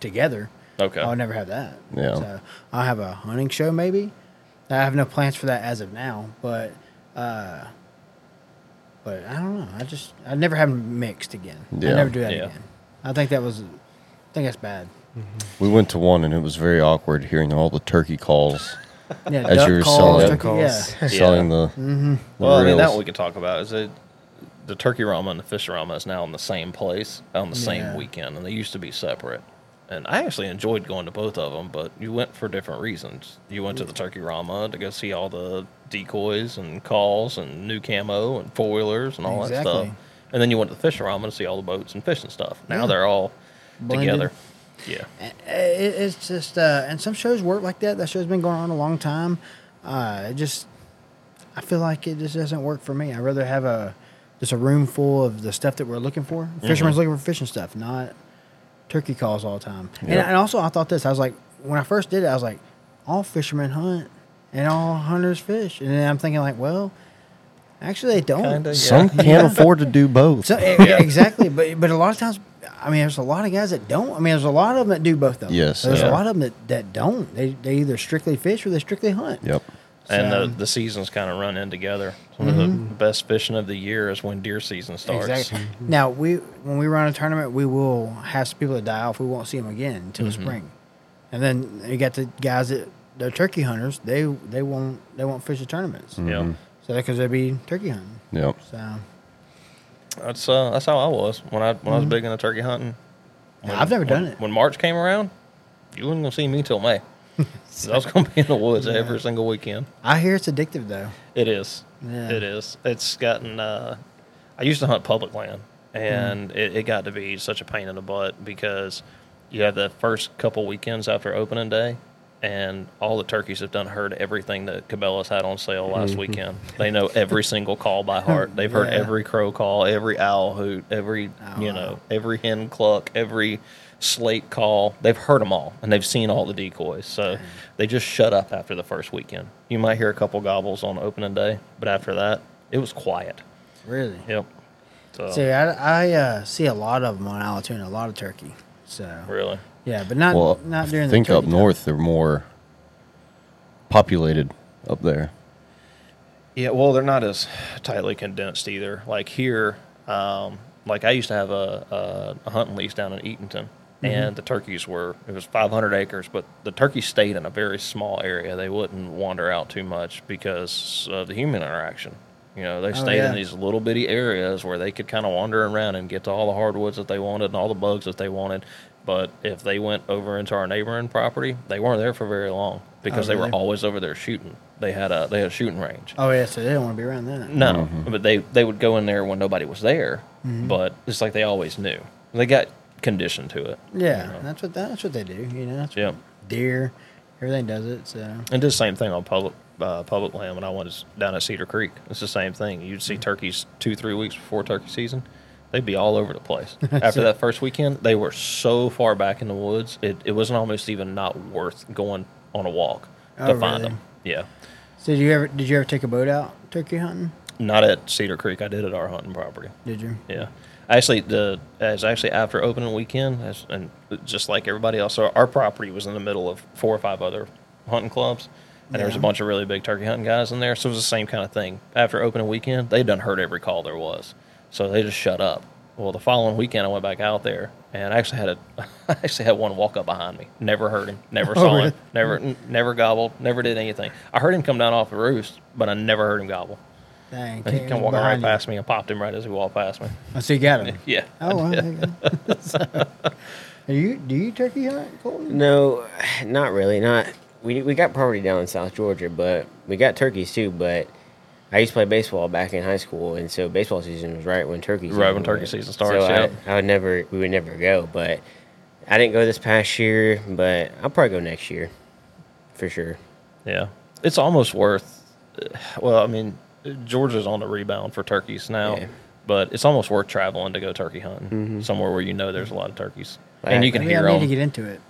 C: together.
A: Okay.
C: I'll Oh, never have that.
B: Yeah.
C: So I'll have a hunting show maybe. I have no plans for that as of now, but uh but I don't know. I just I never have them mixed again.
B: Yeah.
C: I never do that
A: Yeah.
C: again. I think that was I think that's bad.
B: We went to one and it was very awkward hearing all the turkey calls
C: Yeah,
B: As
C: duck
B: you were
C: calls,
B: selling-
C: turkey-
D: Calls.
C: Yeah.
B: selling the,
C: Mm-hmm.
B: the
A: Well, I mean, that
B: reels.
A: we could talk about is it the turkey rama and the fish rama is now in the same place on the
C: Yeah.
A: same weekend, and they used to be separate. And I actually enjoyed going to both of them, but you went for different reasons. You went to the turkey rama to go see all the decoys and calls and new camo and foilers and all that
C: Exactly.
A: stuff. And then you went to the fish rama to see all the boats and fish and stuff. Now they're all
C: Blended.
A: together. Yeah.
C: it, it's just uh, and some shows work like that. That show's been going on a long time. Uh, it just I feel like it just doesn't work for me. I'd rather have a just a room full of the stuff that we're looking for. Fishermen's looking for fishing stuff, not turkey calls all the time. And,
B: Yeah.
C: and also, I thought this. I was like, when I first did it, I was like, all fishermen hunt and all hunters fish. And then I'm thinking like, well, actually, they don't.
A: Kinda, yeah.
B: Some
C: [LAUGHS]
B: can't afford to do both.
C: So, e- exactly, but but a lot of times, I mean, there's a lot of guys that don't. I mean, there's a lot of them that do both of them.
B: Yes,
C: there's
B: yeah.
C: a lot of them that, that don't. They they either strictly fish or they strictly hunt.
B: Yep.
A: And
C: So-
A: the, the seasons kind of run in together. Some of the best fishing of the year is when deer season starts.
C: Mm-hmm. Exactly. Now we when we run a tournament, we will have some people that die off. We won't see them again until
B: Mm-hmm.
C: spring, and then you got the guys that they're turkey hunters. They they won't they won't fish the tournaments.
B: Mm.
A: Yeah.
C: So because they'll be turkey hunting.
B: Yep.
C: So
A: That's uh, that's how I was when I when I was big into turkey hunting. When-
C: Mm-hmm. I've never
A: when-
C: done it.
A: When March came around, you wasn't gonna see me till
C: [LAUGHS]
A: May. So I was gonna be in the woods every single weekend.
C: I hear it's addictive though.
A: It is.
C: Yeah.
A: It is. It's gotten. Uh, I used to hunt public land, and
C: Mm.
A: it, it got to be such a pain in the butt because you have the first couple weekends after opening day, and all the turkeys have done heard everything that Cabela's had on sale last weekend. They know every single call by
C: [LAUGHS]
A: heart. They've heard
C: Mm-hmm. Yeah.
A: every crow call, every owl hoot, every
C: Oh,
A: you
C: wow.
A: know, every hen cluck, every slate call. They've heard them all and they've seen all the decoys. So they just shut up after the first weekend. You might hear a couple gobbles on opening day, but after that, it was quiet.
C: Really.
A: Yep. So,
C: See, I, I uh, see a lot of them on Alatoona, a lot of turkey. So
A: really.
C: yeah, but not
B: Well,
C: not
B: I
C: during.
B: think
C: the
B: up
C: turkey time.
B: north they're more populated up there.
A: Yeah, well, they're not as tightly condensed either. Like here, um, like I used to have a, a, a hunting lease down in Eatonton,
C: Mm-hmm.
A: and the turkeys were it was 500 acres, but the turkeys stayed in a very small area. They wouldn't wander out too much because of the human interaction. You know, they stayed
C: Oh, yeah.
A: in these little bitty areas where they could kind of wander around and get to all the hardwoods that they wanted and all the bugs that they wanted. But if they went over into our neighboring property, they weren't there for very long because they
C: Oh, really?
A: were always over there shooting. They had a they had a shooting range.
C: Oh yeah, so they don't want to be around that.
A: No, but they they would go in there when nobody was there.
C: Mm-hmm.
A: But it's like they always knew. They got conditioned to it.
C: Yeah,
A: you know.
C: that's what that's what they do. You know, that's
A: Yeah.
C: what deer, everything does it. So
A: and did the same thing on public uh, public land when I was down at Cedar Creek. It's the same thing. You'd
C: Mm-hmm.
A: see turkeys two three weeks before turkey season. They'd be all over the
C: [LAUGHS]
A: place. After that first weekend, they were so far back in the woods. It it wasn't almost even not worth going on a walk to
C: Oh,
A: find
C: really?
A: them. Yeah.
C: so did you ever did you ever take a boat out turkey hunting?
A: Not at Cedar Creek. I did at our hunting property.
C: Did you?
A: Yeah. Actually, the as actually after opening weekend, as, and just like everybody else, our, our property was in the middle of four or five other hunting clubs, and there was a
C: Yeah.
A: bunch of really big turkey hunting guys in there. So it was the same kind of thing. After opening weekend, they done heard every call there was, so they just shut up. Well, the following weekend, I went back out there, and I actually had a, [LAUGHS] I actually had one walk up behind me. Never heard him,
C: [LAUGHS]
A: never saw
C: Oh, really?
A: him, never, n- never gobbled, never did anything. I heard him come down off the roost, but I never heard him gobble.
C: Dang,
A: He
C: Kate
A: come
C: was
A: walking right
C: behind you.
A: past me. I popped him right as he walked past me.
C: Oh, so you got him.
A: [LAUGHS] Yeah.
C: Oh, wow. there you
A: [LAUGHS]
C: go. so, are you do you turkey hunt, Colton?
D: No, not really. Not we we got property down in South Georgia, but we got turkeys too. But I used to play baseball back in high school, and so baseball season was right when turkey season
A: Right when turkey
D: was.
A: season starts,
D: So
A: yeah.
D: I, I would never we would never go, but I didn't go this past year, but I'll probably go next year for sure.
A: Yeah, it's almost worth. Well, I mean, Georgia's on the rebound for turkeys now,
D: Yeah.
A: but it's almost worth traveling to go turkey hunting somewhere where you know there's a lot of turkeys and you can
C: Maybe
A: hear
C: I need to
A: them.
C: get into it.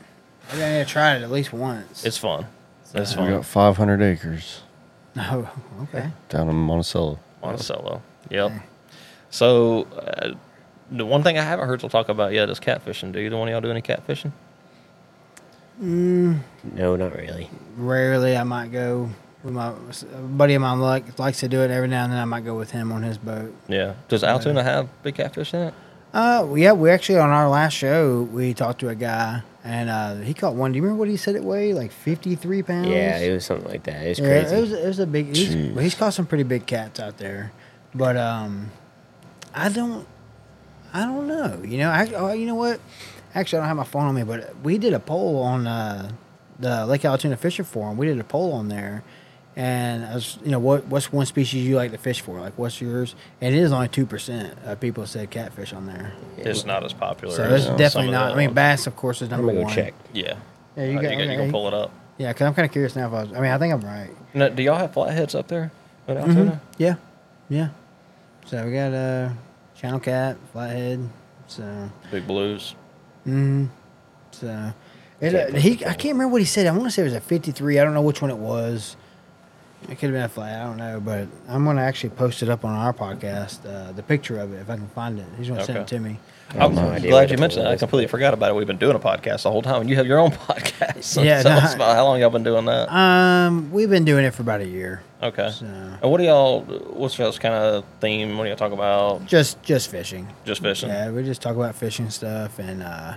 C: Maybe I need to try it at least once. [LAUGHS]
A: it's fun. It's
B: We
A: fun.
B: got 500 acres
C: no, Oh, okay.
B: down in Monticello.
A: Monticello. Yep. So uh, the one thing I haven't heard y'all talk about yet is catfishing. Do either one of y'all do any catfishing?
D: No, not really.
C: Rarely I might go. With my a buddy of mine like, likes to do it every now and then. I might go with him on his boat.
A: Yeah. Does Altoona have big catfish in it?
C: Uh, yeah, we actually on our last show we talked to a guy and uh, he caught one. Do you remember what he said it weighed? Like fifty three pounds.
D: Yeah, it was something like that. It was
C: Yeah,
D: crazy.
C: it was it was a big. He's,
B: Jeez.
C: he's caught some pretty big cats out there, but um, I don't, I don't know. You know, I oh, you know what? Actually, I don't have my phone on me, but we did a poll on uh, the Lake Altoona Fishing Forum. We did a poll on there, and I was, you know, what what's one species you like to fish for? Like, what's yours? And it is only two percent of people said catfish on there,
A: It's not as popular.
C: so
A: as
C: it's
A: uh, some
C: definitely
A: of the
C: not.
A: other
C: I mean,
A: ones.
C: bass, of course, is
D: I'm
C: number
D: gonna go
C: one.
D: check.
A: Yeah.
C: Yeah, you
A: Uh,
C: got-
A: can-
C: okay.
A: can pull it up.
C: Yeah, because I'm kind of curious now. If I, was, I mean, I think I'm right.
A: Now, do y'all have flatheads up there at Altoona?
C: Mm-hmm. Yeah, yeah. So we got uh, channel cat, flathead. So,
A: Big blues.
C: mm, so it, uh, he. I can't remember what he said. I want to say it was a fifty-three. I don't know which one it was. It could have been a flat. I don't know, but I'm gonna actually post it up on our podcast. Uh, the picture of it, if I can find it. He's gonna send it
A: Okay.
C: to me.
D: have
A: I'm
D: no idea what
A: glad you
D: it
A: mentioned that. I
D: was.
A: completely forgot about it. We've been doing a podcast the whole time, and you have your own [LAUGHS] podcast. So
C: Yeah,
A: tell
C: no,
A: us about how long y'all been doing that.
C: Um, we've been doing it for about a year.
A: okay.
C: So-
A: And what do y'all? What's y'all's kind of theme? What do y'all talk about?
C: Just, just fishing.
A: Just fishing.
C: Yeah, we just talk about fishing stuff, and uh,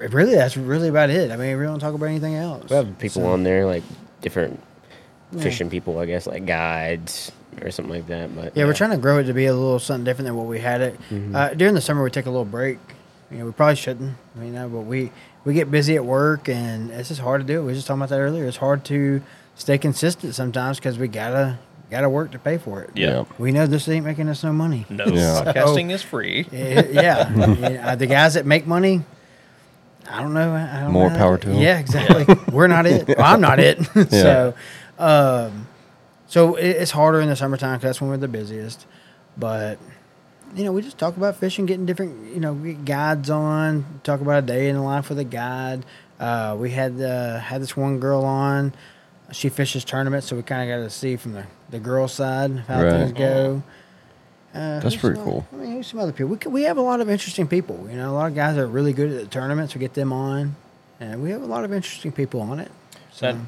C: it really, that's really about it. I mean, we don't talk about anything else.
D: We have people
C: So-
D: on there, like different
C: Yeah.
D: fishing people, I guess, like guides or something like that. But
C: Yeah, we're trying to grow it to be a little something different than what we had it.
D: Mm-hmm.
C: Uh, during the summer, we take a little break. You know, we probably shouldn't, you know, but we we get busy at work, and it's just hard to do. it. We were just talking about that earlier. It's hard to stay consistent sometimes because we gotta gotta work to pay for it.
A: Yeah. Mm-hmm.
C: we know this ain't making us no money.
A: No,
B: Yeah.
A: podcasting is free.
C: [LAUGHS] Eh, yeah, Yeah, the guys that make money. I don't know. I don't
B: More
C: know.
B: power to 'em.
C: Yeah, exactly. [LAUGHS] We're not
B: [LAUGHS]
C: it. Well, I'm not it. [LAUGHS] so, um, so it, it's harder in the summertime because that's when we're the busiest. But you know, we just talk about fishing, getting different. You know, we get guides on. Talk about a day in the life with a guide. Uh, we had uh, had this one girl on. She fishes tournaments, so we kind of got to see from the the girl side how
B: Right.
C: things go. Uh,
B: That's
C: who's
B: pretty
C: some-
B: cool.
C: I mean, who's some other people? We, c- we have a lot of interesting people. You know, a lot of guys that are really good at the tournaments. We get them on, and we have a lot of interesting people on it. So,
A: Now,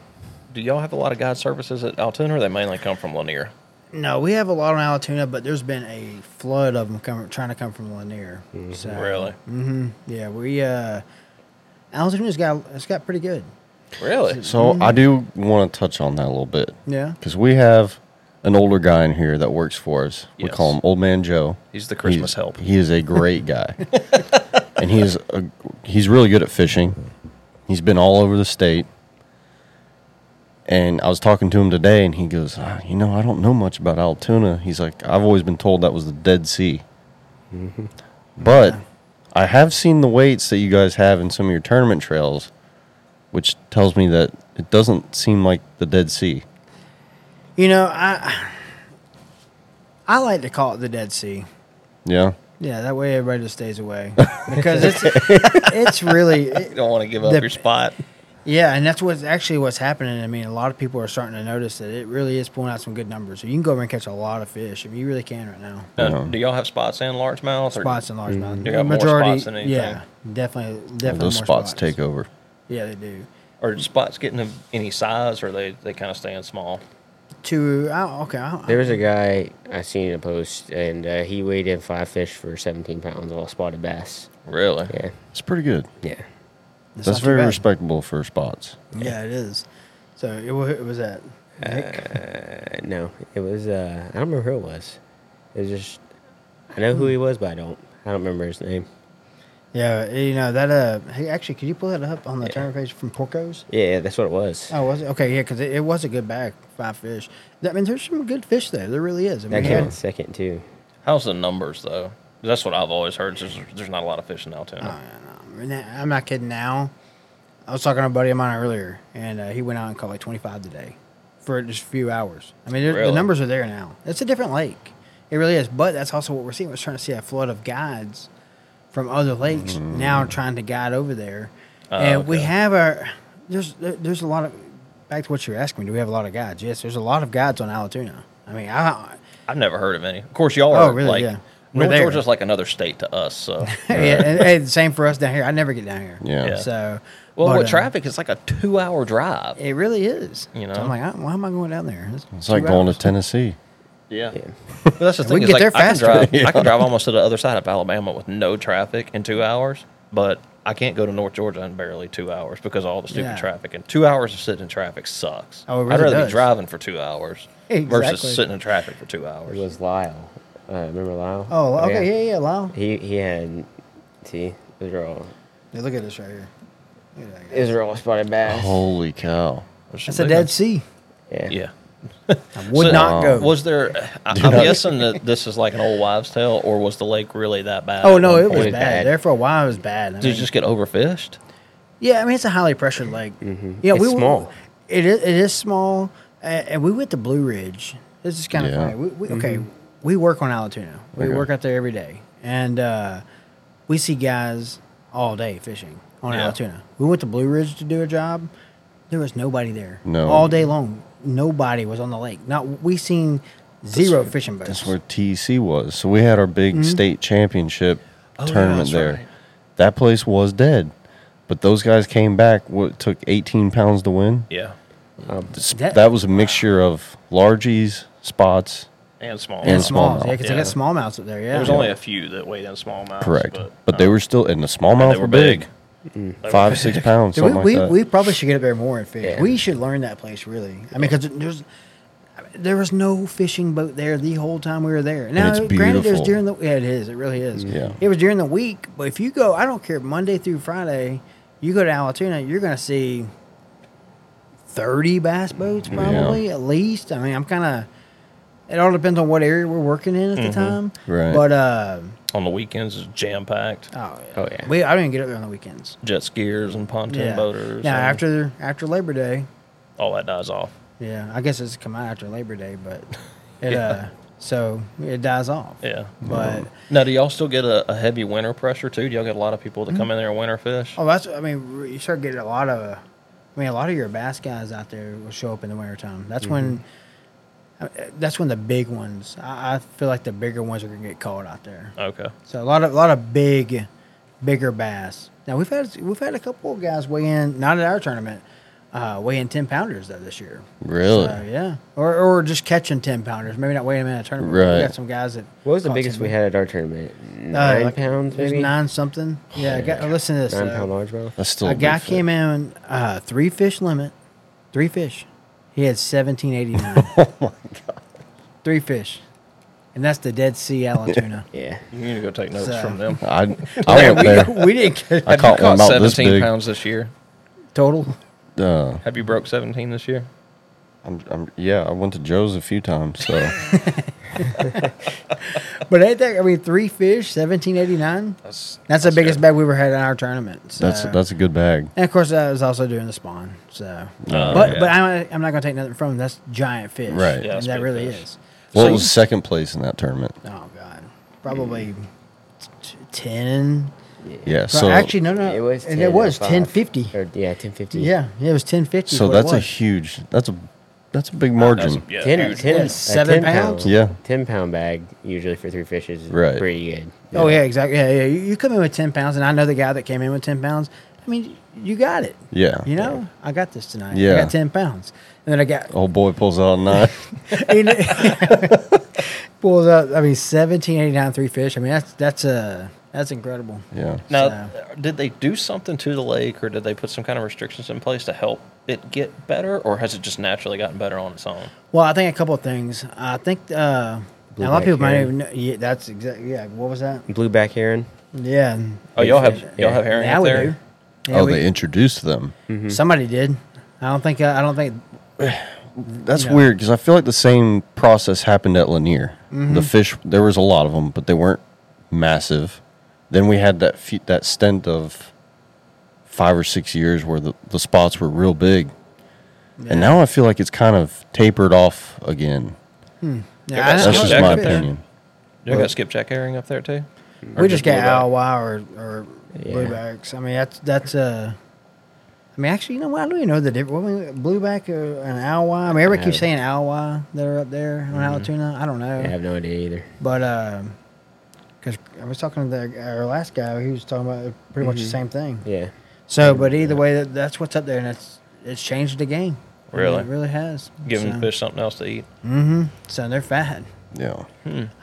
A: do y'all have a lot of guide services at Altoona, or they mainly come from Lanier?
C: no, we have a lot on Alatoona, but there's been a flood of them coming, trying to come from Lanier. So,
A: Really?
C: hmm Yeah, we uh, Alatoona's got it's got pretty good.
A: Really?
B: So I do want to touch on that a little bit.
C: Yeah.
B: Because we have an older guy in here that works for us. We
A: Yes.
B: call him Old Man Joe.
A: He's the Christmas
B: He's-
A: help.
B: He is a
A: [LAUGHS]
B: great guy, and he's a, he's really good at fishing. He's been all over the state, and I was talking to him today, and he goes, "Ah, "You know, I don't know much about Altoona." He's like, "I've always been told that was the Dead Sea,"
C: Mm-hmm.
B: but I have seen the weights that you guys have in some of your tournament trails, which tells me that it doesn't seem like the Dead Sea.
C: You know, I I like to call it the Dead Sea.
B: Yeah,
C: Yeah, that way everybody just stays
B: [LAUGHS]
C: away because it's it's really
A: You don't want to give up
C: The-
A: your spot.
C: Yeah, and that's what's actually what's happening. I mean, a lot of people are starting to notice that it really is pulling out some good numbers. So you can go over and catch a lot of fish. I mean, you really can right now.
A: Now, do y'all have spots and largemouths? or-
C: Spots and largemouth.
A: Mm-hmm. You got more spots than anything.
C: Yeah, definitely, definitely.
B: those
C: more
B: spots take over.
C: Yeah, they do.
A: Are spots getting of any size, or they they kind of staying small?
C: Two. Oh, okay. I,
D: There was a guy I seen in a post, and uh, he weighed in five fish for 17 pounds, all spotted bass.
A: Really?
D: Yeah,
B: It's pretty good.
D: yeah.
B: That's
C: it's not too
B: very
C: bad.
B: respectable for spots.
C: Yeah, it is. So it, wa- it was that. Nick?
D: Uh, no, it was. Uh, I don't remember who it was. It was just. I know who he was, but I don't. I don't remember his name.
C: yeah, you know that. Uh, hey, actually, could you pull that up on the tournament page from Porco's?
D: Yeah, yeah, that's what it was.
C: Oh, was it okay? Yeah, because it, it was a good bag, five fish. I mean, there's some good fish there. There really is. I mean,
D: that
C: we
D: came
C: had-
D: in second too.
A: How's the numbers though? That's what I've always heard. is There's, there's not a lot of fish in
C: Oh,
A: Altoona.
C: I mean, I'm not kidding now. I was talking to a buddy of mine earlier, and uh, he went out and caught like 25 today for just a few hours. I mean, there- the
A: Really?
C: numbers are there now. It's a different lake. It really is. But that's also what we're seeing. We're starting to see a flood of guides from other lakes now trying to guide over there.
A: Mm-hmm. Oh,
C: and we
A: okay.
C: have our, there's, there- there's a lot of, back to what you were asking me, do we have a lot of guides? Yes, there's a lot of guides on Alatoona. I mean, I,
A: I've never heard of any. Of course, y'all
C: Oh,
A: are
C: really?
A: like
C: Yeah. We're
A: North
C: there.
A: Georgia's like another state to us.
C: [LAUGHS]
A: So,
C: yeah, and, and same for us down here. I never get down here.
B: Yeah. Yeah.
C: So,
A: well,
C: but,
A: with
C: uh,
A: traffic, it's like a two-hour drive.
C: It really is.
A: You know?
C: so I'm like, I, why am I going down there?
B: It's like going to Tennessee.
A: Yeah.
D: Yeah.
A: But that's the thing.
C: We can
A: is,
C: get
A: like,
C: there faster.
A: I can, drive, I can drive almost to the other side of Alabama with no traffic in two hours, but I can't go to North Georgia in barely two hours because of all the stupid
C: Yeah.
A: traffic. And two hours of sitting in traffic sucks.
C: Oh, it
A: I'd
C: really
A: rather
C: does.
A: be driving for two hours
C: Exactly.
A: versus sitting in traffic for two hours.
D: It was Lyle. Uh, remember Lyle?
C: Oh, okay, yeah, yeah, Lyle.
D: He he had see Israel.
C: Yeah, look at this right here. Look at that guy.
D: Israel spotted bass.
B: Holy cow.
C: That's a dead sea.
D: yeah.
A: Oh, Yeah.
C: I would
A: So-
C: not go.
A: Was there? I, I'm guessing that this is like an old wives' tale, or was the lake really that bad?
C: oh
A: at
C: no,
A: one
C: it was
A: point?
C: bad.
D: It was bad.
C: There for a while, it was bad. I
A: Did you
C: mean,
A: just get overfished?
C: yeah, I mean it's a highly pressured lake.
B: Mm-hmm.
C: Yeah,
D: It's
C: we were-
D: small.
C: It is. It is small, a- and we went to Blue Ridge. This is kind of
B: Yeah. Mm-hmm.
C: funny. We, we, Okay, we work on Alatoona. We
B: Okay.
C: work out there every day, and uh, we see guys all day fishing on
A: Yeah.
C: Alatoona. We went to Blue Ridge to do a job. There was nobody there.
B: No.
C: all day long, nobody was on the lake. Not we seen zero fishing boats.
B: That's where TEC was. So we had our big
C: Mm-hmm.
B: state championship
A: Oh, yeah,
B: tournament
A: that's
B: there.
A: right.
B: That place was dead. But those guys came back. What it took 18 pounds to win?
A: Yeah,
B: S-
C: That-
B: That, was a mixture of largies, spots.
A: and small.
B: And
C: and
B: small.
C: smallmouth.
B: smallmouth.
C: Yeah, because
A: Yeah.
C: they got smallmouths up there. Yeah,
A: There was only a few that weighed in small amounts.
B: Correct. But,
A: but,
B: they
C: Uh-huh.
A: um,
B: were still, and the smallmouth
A: they
B: were,
A: were
B: big.
A: big.
B: Five,
C: [LAUGHS]
B: six pounds,
C: Dude, Mm. we,
B: something like
C: we,
B: that.
C: we probably should get up there more and fish.
D: Yeah.
C: We should learn that place really. I mean, because there's I mean, there was no fishing boat there the whole time we were there. Now,
B: it's
C: granted, it was
B: beautiful.
C: during the yeah, it is. It really is.
B: Yeah.
C: It was during the week, but if you go, I don't care, Monday through Friday, you go to Alatoona, you're gonna see thirty bass boats probably at least. I mean, I'm kind of. It all depends on what area we're working in at the time.
B: Mm-hmm. Right.
C: But uh,
A: on the weekends is jam packed.
C: oh yeah,
D: Oh, yeah.
C: we I didn't get up there on the weekends.
A: Jet skiers and pontoon
C: Yeah.
A: boaters.
C: Now
A: and
C: after after Labor Day,
A: all that dies off.
C: Yeah, I guess it's come out after Labor Day, but it uh, so it dies off.
A: Yeah.
C: But
A: Now, do y'all still get a, a heavy winter pressure too? Do y'all get a lot of people that come in there and winter fish?
C: Mm-hmm. oh, that's I mean you start getting a lot of, uh, I mean a lot of your bass guys out there will show up in the wintertime. That's when, uh, that's when the big ones. I, I feel like the bigger ones are gonna get caught out there.
A: Okay.
C: So a lot of a lot of big, bigger bass. Now we've had we've had a couple of guys weigh in not at our tournament, uh, weigh in ten pounders though this year.
B: Really?
C: So, yeah, or or just catching ten pounders. Maybe not weighing them in a tournament. We
B: Right.
C: got some guys that.
D: What was the
C: caught
D: biggest
C: some-
D: we had at our tournament?
C: uh,
D: Nine
C: like-
D: pounds,
C: it was
D: maybe.
C: Nine something. Yeah. I got, listen to this.
D: Nine
C: uh,
D: pound largemouth.
B: That's still
C: a
B: big
C: guy
B: fish.
C: came in uh, three fish limit, three fish. He had seventeen [LAUGHS] eighty nine. oh my god. Three fish, and that's the Dead Sea [LAUGHS] Alatoona.
D: Yeah.
A: You need to go take notes
C: So-
A: from
C: [LAUGHS]
A: them.
B: I, I went there.
C: we didn't get
B: I caught one
A: Caught
B: about this
A: 17
B: big.
A: pounds this year.
C: total.
B: Uh,
A: Have you broke 17 this year?
B: I'm, I'm, yeah, I went to Joe's a few times. So
C: [LAUGHS] [LAUGHS] But ain't that, I mean, three fish, seventeen eighty nine.
A: That's
C: That's the biggest
A: good.
C: bag we ever had in our tournament. So.
B: that's that's a good bag.
C: And of course, I was also doing the spawn. So,
B: Oh,
C: but
A: okay.
C: but I'm, I'm not gonna take nothing from them. That's giant fish,
B: Right.
C: And
A: Yeah, that's
C: that
A: big
C: really
A: fish.
C: is.
B: What
A: So
B: was
A: you-
B: second place in that tournament?
C: Oh god, probably t- ten.
B: Yeah.
C: Pro-
B: So
C: actually, no, no,
D: It was.
C: Uh, and it
D: 10
C: was
D: or five.
C: ten fifty.
D: Or, yeah, ten fifty.
C: Yeah, it was ten fifty.
B: So that's a huge. That's a that's a big margin.
A: yeah,
D: Ten,
A: huge.
D: ten-
C: Yeah,
D: a
C: seven
D: 10
C: pounds?
D: pound-
B: Yeah.
D: ten pound bag usually for three fishes is
B: Right.
D: pretty good.
C: Oh yeah, exactly. Yeah, yeah. You, you come in with ten pounds, and I know the guy that came in with ten pounds. I mean, you got it.
B: Yeah.
C: You know, I got this tonight. I
B: Yeah.
C: got ten pounds, and then I got [LAUGHS]
B: Old boy pulls out a knife.
C: You know- [LAUGHS] pulls out. I mean, seventeen eighty nine three fish. I mean, that's that's uh, that's incredible.
B: yeah.
A: Now, did they do something to the lake, or did they put some kind of restrictions in place to help it get better, or has it just naturally gotten better on its own?
C: Well, I think a couple of things. I think uh, a lot of
D: Blueback
C: people might
D: herring.
C: even know. Yeah, that's exactly. Yeah, what was that?
D: Blueback heron.
C: Yeah.
A: Oh, y'all have y'all
D: Yeah.
A: have herring
C: Now
A: up
C: we
A: there.
C: do. Yeah,
B: oh,
C: we-
B: they introduced them.
C: somebody did. I don't think. I don't think.
B: That's
C: Yeah.
B: weird because I feel like the same process happened at Lanier.
C: Mm-hmm.
B: The fish there was a lot of them, but they weren't massive. Then we had that fe- that stint of five or six years where the, the spots were real big, and now I feel like it's kind of tapered off again.
C: Yeah,
A: got
C: I don't-
A: some
B: That's
C: I don't
B: just
A: jack
C: think
B: my
A: up
C: fish.
A: there.
B: opinion.
A: You got skipjack herring up there too.
C: We just got
A: blueback?
C: owl wow or, or
D: Yeah.
C: bluebacks. I mean, that's that's uh. I mean, actually, you know what? I don't even know the difference. What we- Blueback or an owl wow. I mean, everybody keeps
D: Yeah.
C: saying
D: Mm-hmm.
C: owl wow that are up there on Alatoona. I don't know.
D: I have no idea either.
C: But because I was talking to the, our last guy, he was talking about pretty much the same thing.
D: Mm-hmm. Yeah.
C: So, but either way, that, that's what's up there, and it's it's changed the game. I mean,
A: Really?
C: it really has.
A: Giving
C: so,
A: the fish something else to eat.
C: Mm-hmm. So they're fat.
B: Yeah,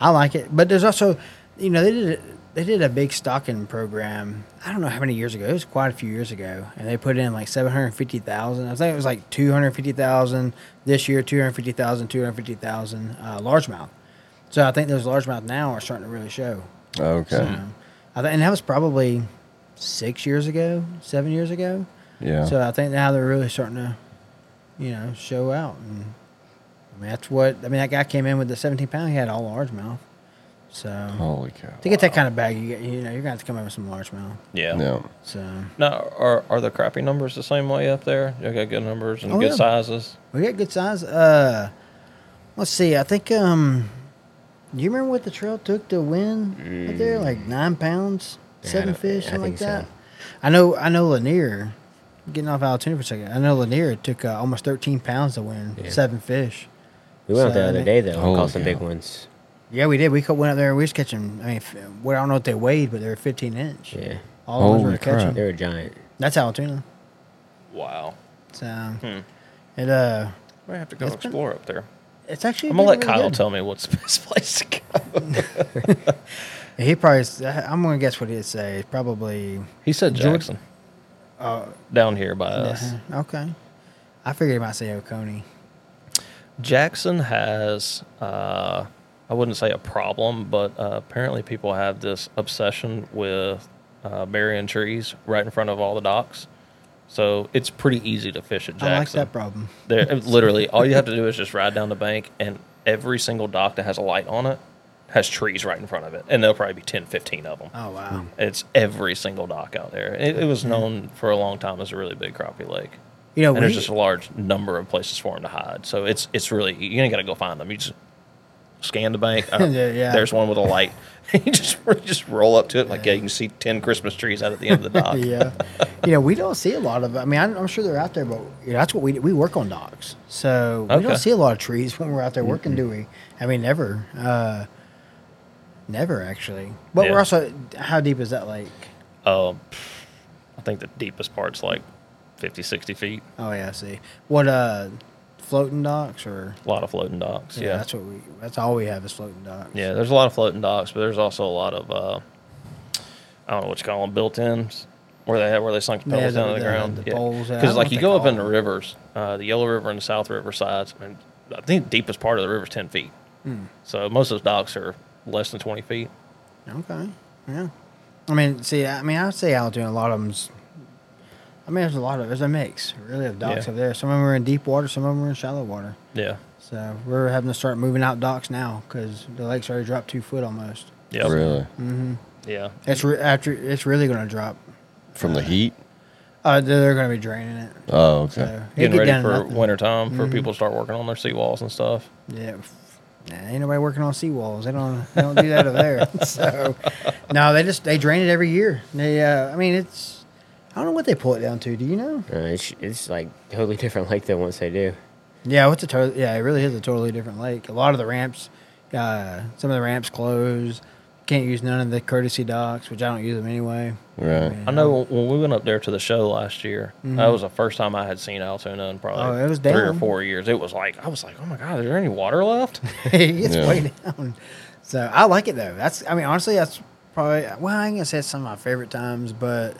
C: I like it, but there's also, you know, they did they did a big stocking program. I don't know how many years ago. It was quite a few years ago, and they put in like seven hundred fifty thousand. I think it was like two hundred fifty thousand this year, 250,000, 250,000 uh, largemouth. So I think those largemouth now are starting to really show.
B: Okay.
C: Um, I think, and that was probably six years ago, seven years ago.
B: yeah.
C: So I think now they're really starting to, you know, show out. And I mean, that's what I mean. That guy came in with the 17 pound. He had all largemouth. So
D: Oh.
B: Holy cow.
C: to get that kind of bag, you get, you know, you're gonna have to come in with some largemouth.
A: Yeah.
B: Yeah.
C: So
A: Now, are are the crappy numbers the same way up there? You got good numbers and
C: Oh,
A: good
C: yeah.
A: sizes.
C: we got good size. Uh, let's see. I think um, do you remember what the trail took to win up
D: Mm.
C: there? Like nine pounds,
D: Yeah, I
C: seven
D: don't-
C: fish,
D: I
C: something like
D: think so.
C: that. I know. I know Lanier. Getting off Altoona for a second. I know Lanier took uh, almost 13 pounds to win
D: Yeah.
C: seven fish.
D: We went out the
C: So,
D: other day though. and
B: Holy
D: caught some big
B: cow.
D: ones.
C: Yeah, we did. We caught, went up there. We was catching. I mean, f- well, I don't know what they weighed, but they were 15 inch.
D: Yeah,
C: all the ones we
B: Holy
C: were catching.
B: crap.
D: they were giant.
C: That's Altoona.
A: Wow.
C: So
A: Hmm.
C: it uh,
A: We have to go
C: It's been-
A: explore up there.
C: it's actually.
A: I'm gonna
C: been
A: let
C: really
A: Kyle
C: good.
A: tell me what's the [LAUGHS] best place to go.
C: He probably. s- I'm gonna guess what he'd say. Probably.
A: He said
C: George-
A: Jackson. down here by us.
C: uh, okay. I figured he might say Oconee.
A: Jackson has, uh, I wouldn't say a problem, but uh, apparently people have this obsession with uh, burying trees right in front of all the docks. So it's pretty easy to fish at Jackson.
C: I like that problem.
A: There, literally, all you have to do is just ride down the bank, and every single dock that has a light on it has trees right in front of it. And there'll probably be 10, 15 of them.
C: Oh wow.
A: It's every single dock out there. It, it was known for a long time as a really big crappie lake
C: Mm-hmm. You know,
A: and
C: we,
A: there's just a large number of places for them to hide. So it's it's really you ain't got to go find them. You just scan the
C: [LAUGHS]
A: bank. Uh,
C: Yeah, yeah.
A: There's one with a light. [LAUGHS] you just you just roll up to it like yeah. you can see ten Christmas trees out at the end of the dock. [LAUGHS]
C: [LAUGHS] yeah. uh, You know, we don't see a lot of. I mean, I'm I'm sure they're out there, but you know, that's what we do. we work on docks, so we
A: Okay.
C: don't see a lot of trees when we're out there working, do we? I mean, never, uh, never actually. But
A: Yeah.
C: we're also how deep is that lake?
A: Um, I think the deepest part's like 50, 60 feet.
C: Oh yeah, I see. What uh, floating docks or
A: A lot of floating docks. Yeah, yeah.
C: that's what we. That's all we have is floating docks.
A: there's a lot of floating docks, but there's also a lot of uh, I don't know what you call them, built-ins. Where they had where they sunk the
C: Yeah,
A: pedals
C: the-
A: down to the,
C: the-
A: ground,
C: the poles, yeah. I don't
A: Because like
C: know what
A: you
C: they
A: go up
C: call
A: in the
C: them.
A: rivers, uh, the Yellow River and the South River sides, and I think the deepest part of the river is ten feet.
C: Hmm.
A: So most of those docks are less than twenty feet.
C: Okay. Yeah. I mean, see, I mean, I would say Altoona. A lot of them's. I mean, there's a lot of there's a mix really of docks
A: Yeah.
C: up there. Some of them are in deep water, some of them are in shallow water.
A: Yeah,
C: So we're having to start moving out docks now because the lake's already dropped two foot almost.
A: yeah,
B: Really?
A: yeah.
C: It's re- after it's really going to drop.
B: From the heat?
C: Uh, they're, they're going to be draining it.
B: Oh,
C: So
B: okay.
C: it'll
A: Getting
C: get
A: ready
C: down to
A: for
C: nothing. Hmm.
A: winter time for people to start working on their seawalls and stuff.
C: Yeah. Nah, ain't nobody working on seawalls. They don't they don't do that over there. [LAUGHS] So no, they just they drain it every year. They uh, I mean it's I don't know what they pull it down to. Do you know?
D: Uh, it's, it's like totally [LAUGHS] different lake though. Once they do,
C: Yeah, what's a to- yeah, it really is a totally different lake. A lot of the ramps, uh, some of the ramps close. Can't use none of the courtesy docks, which I don't use them anyway.
B: Right.
A: I know when we went up there to the show last year, that was the first time I had seen Altoona in probably
C: Mm-hmm. Oh, it was
A: three or
C: down.
A: four years. It was like I was like, oh my god, is there any water
C: [LAUGHS]
A: left?
C: it gets
B: Yeah.
C: way down. So I like it though. That's I mean honestly that's probably well I ain't gonna say it's some of my favorite times, but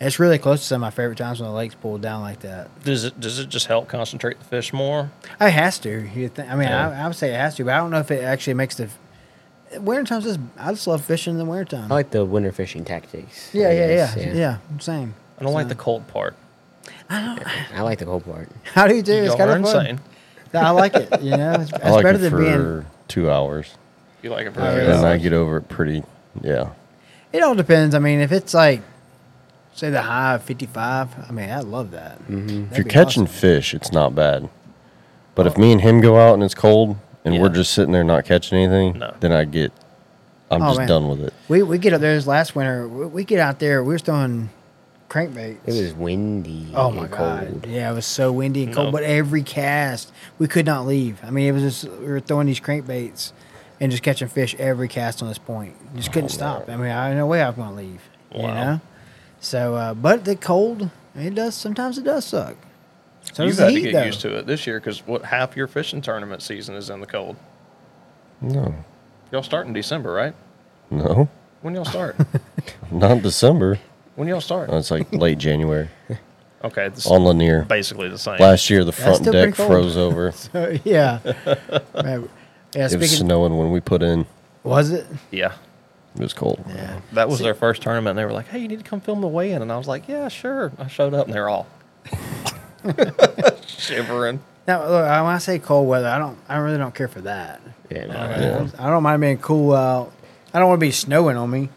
C: it's really close to some of my favorite times when the lake's pulled down like that.
A: does it does it just help concentrate the fish more?
C: It has to. You think, I mean
A: Yeah.
C: I, I would say it has to, but I don't know if it actually makes the winter times. Is, I just love fishing in the winter time.
D: I like the winter fishing tactics.
C: yeah,
D: I
C: yeah, yeah,
D: guess,
C: yeah, Same.
A: I don't like the cold part.
D: I like the cold part.
C: How do you do? It's
A: Y'all
C: kind
A: are
C: of fun.
A: insane.
C: No, I like it.
B: [LAUGHS]
C: You know, it's,
B: I
C: it's
B: like
C: better
B: it
C: than
B: for
C: being.
B: two hours.
A: You like it for
C: Oh,
A: sure.
C: Yeah.
B: And I get over it pretty, yeah.
C: It all depends. I mean, if it's like, say the high of fifty-five, I mean, I love that. Mm-hmm.
B: If you're catching fish, it's not bad. But
C: Oh.
B: if me and him go out and it's cold and we're
A: Yeah.
B: just sitting there not catching anything,
A: No.
B: then I get, I'm
C: Oh,
B: just
C: man.
B: done with it.
C: we we get up there this last winter. We, we get out there. We were throwing crankbaits.
D: It was windy.
C: oh my
D: and
C: god, yeah, it was so windy and cold.
A: No.
C: But every cast, we could not leave. I mean, it was just we were throwing these crankbaits and just catching fish every cast on this point. Just couldn't stop. I mean, I no way I'm gonna leave. You
A: Wow.
C: know, so uh, but the cold, it does sometimes it does suck. So
A: You've
C: does the
A: had to
C: heat,
A: get
C: though.
A: used to it this year because what half your fishing tournament season is in the cold.
B: No.
A: Y'all start in December, right?
B: No.
A: When y'all
C: [LAUGHS]
A: start?
B: Not December.
A: when y'all start?
B: No, it's like late
C: [LAUGHS]
B: January
A: Okay, this is
B: Uh, on Lanier.
A: basically the same.
B: Last year, the front
C: still
B: deck
C: pretty cold.
B: froze over.
C: [LAUGHS]
B: It
C: So, yeah. Man, yeah.
B: was
C: Speaking,
B: snowing when we put in.
C: was it?
A: Yeah.
B: It was cold.
C: Yeah.
A: That was their first tournament. And they were like, "Hey, you need to come film the weigh-in," and I was like, "Yeah, sure." I showed up, and they're all [LAUGHS] shivering.
C: Now, look, I- when I say cold weather, I don't. I really don't care for that.
D: Yeah,
A: Oh,
C: Oh,
D: no.
B: Yeah.
C: I don't mind being cool out. I don't want to be snowing on me.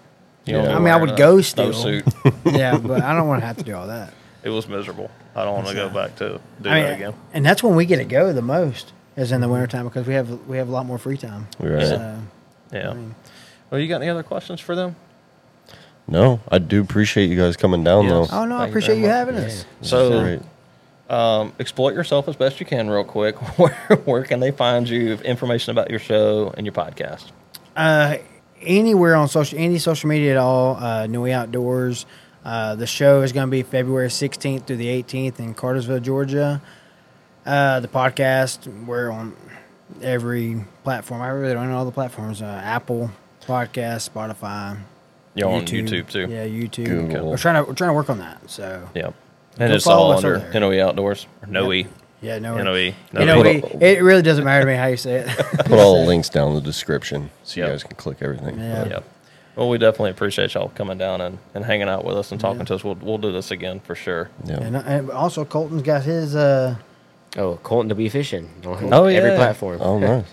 A: You know,
B: Yeah.
A: they're
C: I mean, I
A: wearing
C: would
A: a
C: go still. [LAUGHS]
A: snowsuit. [LAUGHS]
C: yeah, but I don't want to have to do all that.
A: It was miserable. I don't want to go back to do
C: I mean,
A: that again.
C: and that's when we get to go the most is in the wintertime because we have we have a lot more free time.
B: Right.
C: So,
A: Yeah.
C: I mean,
A: well, you got any other questions for them?
B: No, I do appreciate you guys coming down
A: Yes.
B: though.
C: oh
A: Thank
C: no, I
A: you
C: appreciate
A: very
C: you,
A: much.
C: having us.
B: This is
A: So,
B: great.
A: um, exploit yourself as best you can, real quick. [LAUGHS] Where where can they find you? Information about your show and your podcast.
C: Uh, anywhere on social any social media at all, uh, Nui Outdoors. Uh, the show is going to be February 16th through the 18th in Cartersville, Georgia. Uh, the podcast we're on every platform. I really don't know all the platforms. Uh, Apple Podcast, Spotify,
A: You're on YouTube too.
C: Yeah, YouTube.
B: Google.
C: We're trying to we're trying to work on that. So
A: Yeah. And
C: Go
A: it's
C: follow
A: all
C: us on
A: under
C: there.
A: NOE Outdoors E. or NOE.
C: yeah, no,
A: NOE.
C: You know,
B: Put
C: we,
A: E.
B: all-
C: E. it really doesn't matter to me how you say it. [LAUGHS]
B: Put all the links down in the description so
A: Yep.
B: you guys can click everything.
C: Yeah.
B: But
A: Yep. Well, we definitely appreciate y'all coming down and, and hanging out with us and talking to us. We'll, we'll do this again for sure.
B: yeah.
C: and, uh, and also, Colton's got his. Uh,
D: Oh, Colton to be fishing on
A: Oh,
D: every
A: yeah.
D: platform. [LAUGHS]
B: Oh nice.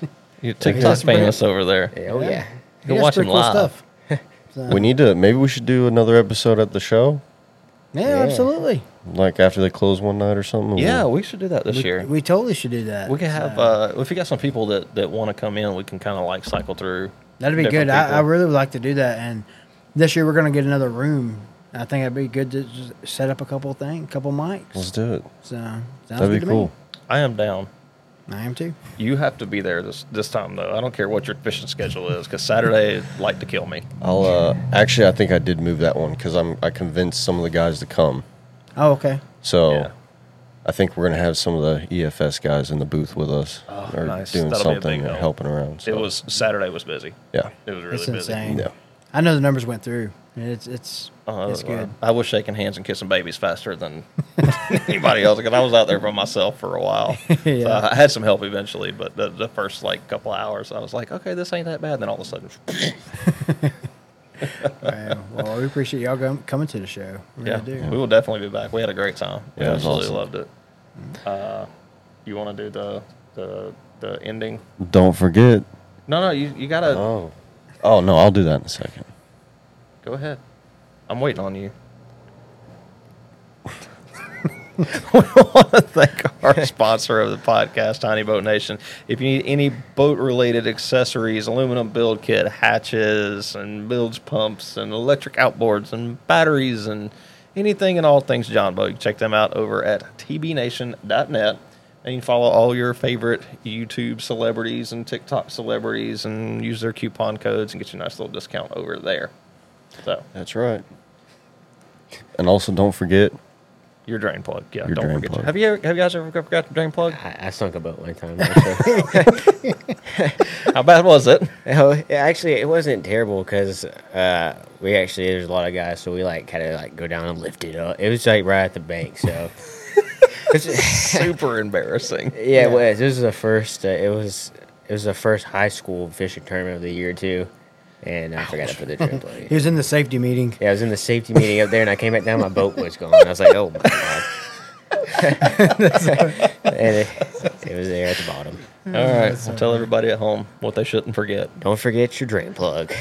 A: You TikTok
C: pretty-
A: famous over there.
D: Yeah, oh yeah.
C: he
A: can
C: does
A: watch
C: pretty
A: him live. [LAUGHS]
C: So-
B: we need to maybe we should do another episode at the show.
C: yeah,
D: Yeah.
C: absolutely.
B: Like after they close one night or something. and
A: Yeah,
B: we'll-
A: we should do that this
C: We,
A: year. We,
C: we totally should do that.
A: can have,
C: So,
A: uh, if you got some people that, that want to come in, we can kind of like cycle through.
C: that'd be
A: different
C: good. I, I
A: people.
C: really would like to do that. And this year, we're going to get another room. I think it'd be good to just set up a couple things, couple mics.
B: let's do it.
C: so sounds
B: That'd
C: good
B: be
C: to
B: cool.
A: I am down.
C: Me. I am too.
A: You have to be there this this time though. I don't care what your fishing schedule is because Saturday like to kill me.
B: I'll uh actually I think I did move that one because I'm I convinced some of the guys to come.
C: Oh, okay.
B: So
A: Yeah.
B: I think we're gonna have some of the EFS guys in the booth with us
A: Oh,
B: or
A: nice.
B: doing
A: That'll be a big
B: something or
A: help.
B: helping around.
A: It
B: so,
A: was Saturday was busy.
B: yeah.
A: It was really
C: It's
A: busy.
C: insane.
B: Yeah.
C: I know the numbers went through. It's it's
A: Uh,
C: it's good.
A: I was shaking hands and kissing babies faster than [LAUGHS] anybody else because I was out there by myself for a while. so
C: [LAUGHS] Yeah.
A: I had some help eventually, but the, the first like couple hours, I was like, okay, this ain't that bad. then all of a sudden, [LAUGHS]
C: Wow. well, we appreciate y'all go- coming to the show. We
A: yeah,
C: really do.
A: we will definitely be back. We had a great time. We
B: Yeah, it was
A: absolutely
B: awesome.
A: loved it.
C: Mm-hmm.
A: Uh, you want to do the the the ending?
B: Don't forget.
A: No, no, you you gotta
B: Oh. Oh no, I'll do that in a second.
A: go ahead. I'm waiting on you. [LAUGHS] we want to thank our sponsor of the podcast, Tiny Boat Nation. If you need any boat related accessories, aluminum build kit, hatches, and bilge pumps, and electric outboards, and batteries, and anything and all things John Boat, you can check them out over at tbnation.net. And you can follow all your favorite YouTube celebrities and TikTok celebrities and use their coupon codes and get you a nice little discount over there. So,
B: That's right. And also, don't forget.
A: your drain plug. Yeah,
B: Your
A: don't
B: drain
A: forget.
B: plug.
A: To. Have you ever, have you guys ever forgot the drain plug?
D: I, I sunk a boat one [LAUGHS] time. actually.
A: How bad was it?
D: Oh, yeah, actually, it wasn't terrible because uh, we actually there's a lot of guys, so we like kind of like go down and lift it up. It was like right at the bank, [LAUGHS] so It's- [LAUGHS]
A: Super embarrassing.
D: yeah, it was. This was the first. Uh, it was it was the first high school fishing tournament of the year too, and I forgot to put the trip [LAUGHS] plate.
C: He was in the safety meeting.
D: Yeah, I was in the safety meeting up there, and I came back down. My boat was gone. I was like, "Oh my [LAUGHS] god!" and it, it was there at the bottom.
A: All right, well, tell everybody at home what they shouldn't forget.
D: Don't forget your drain plug.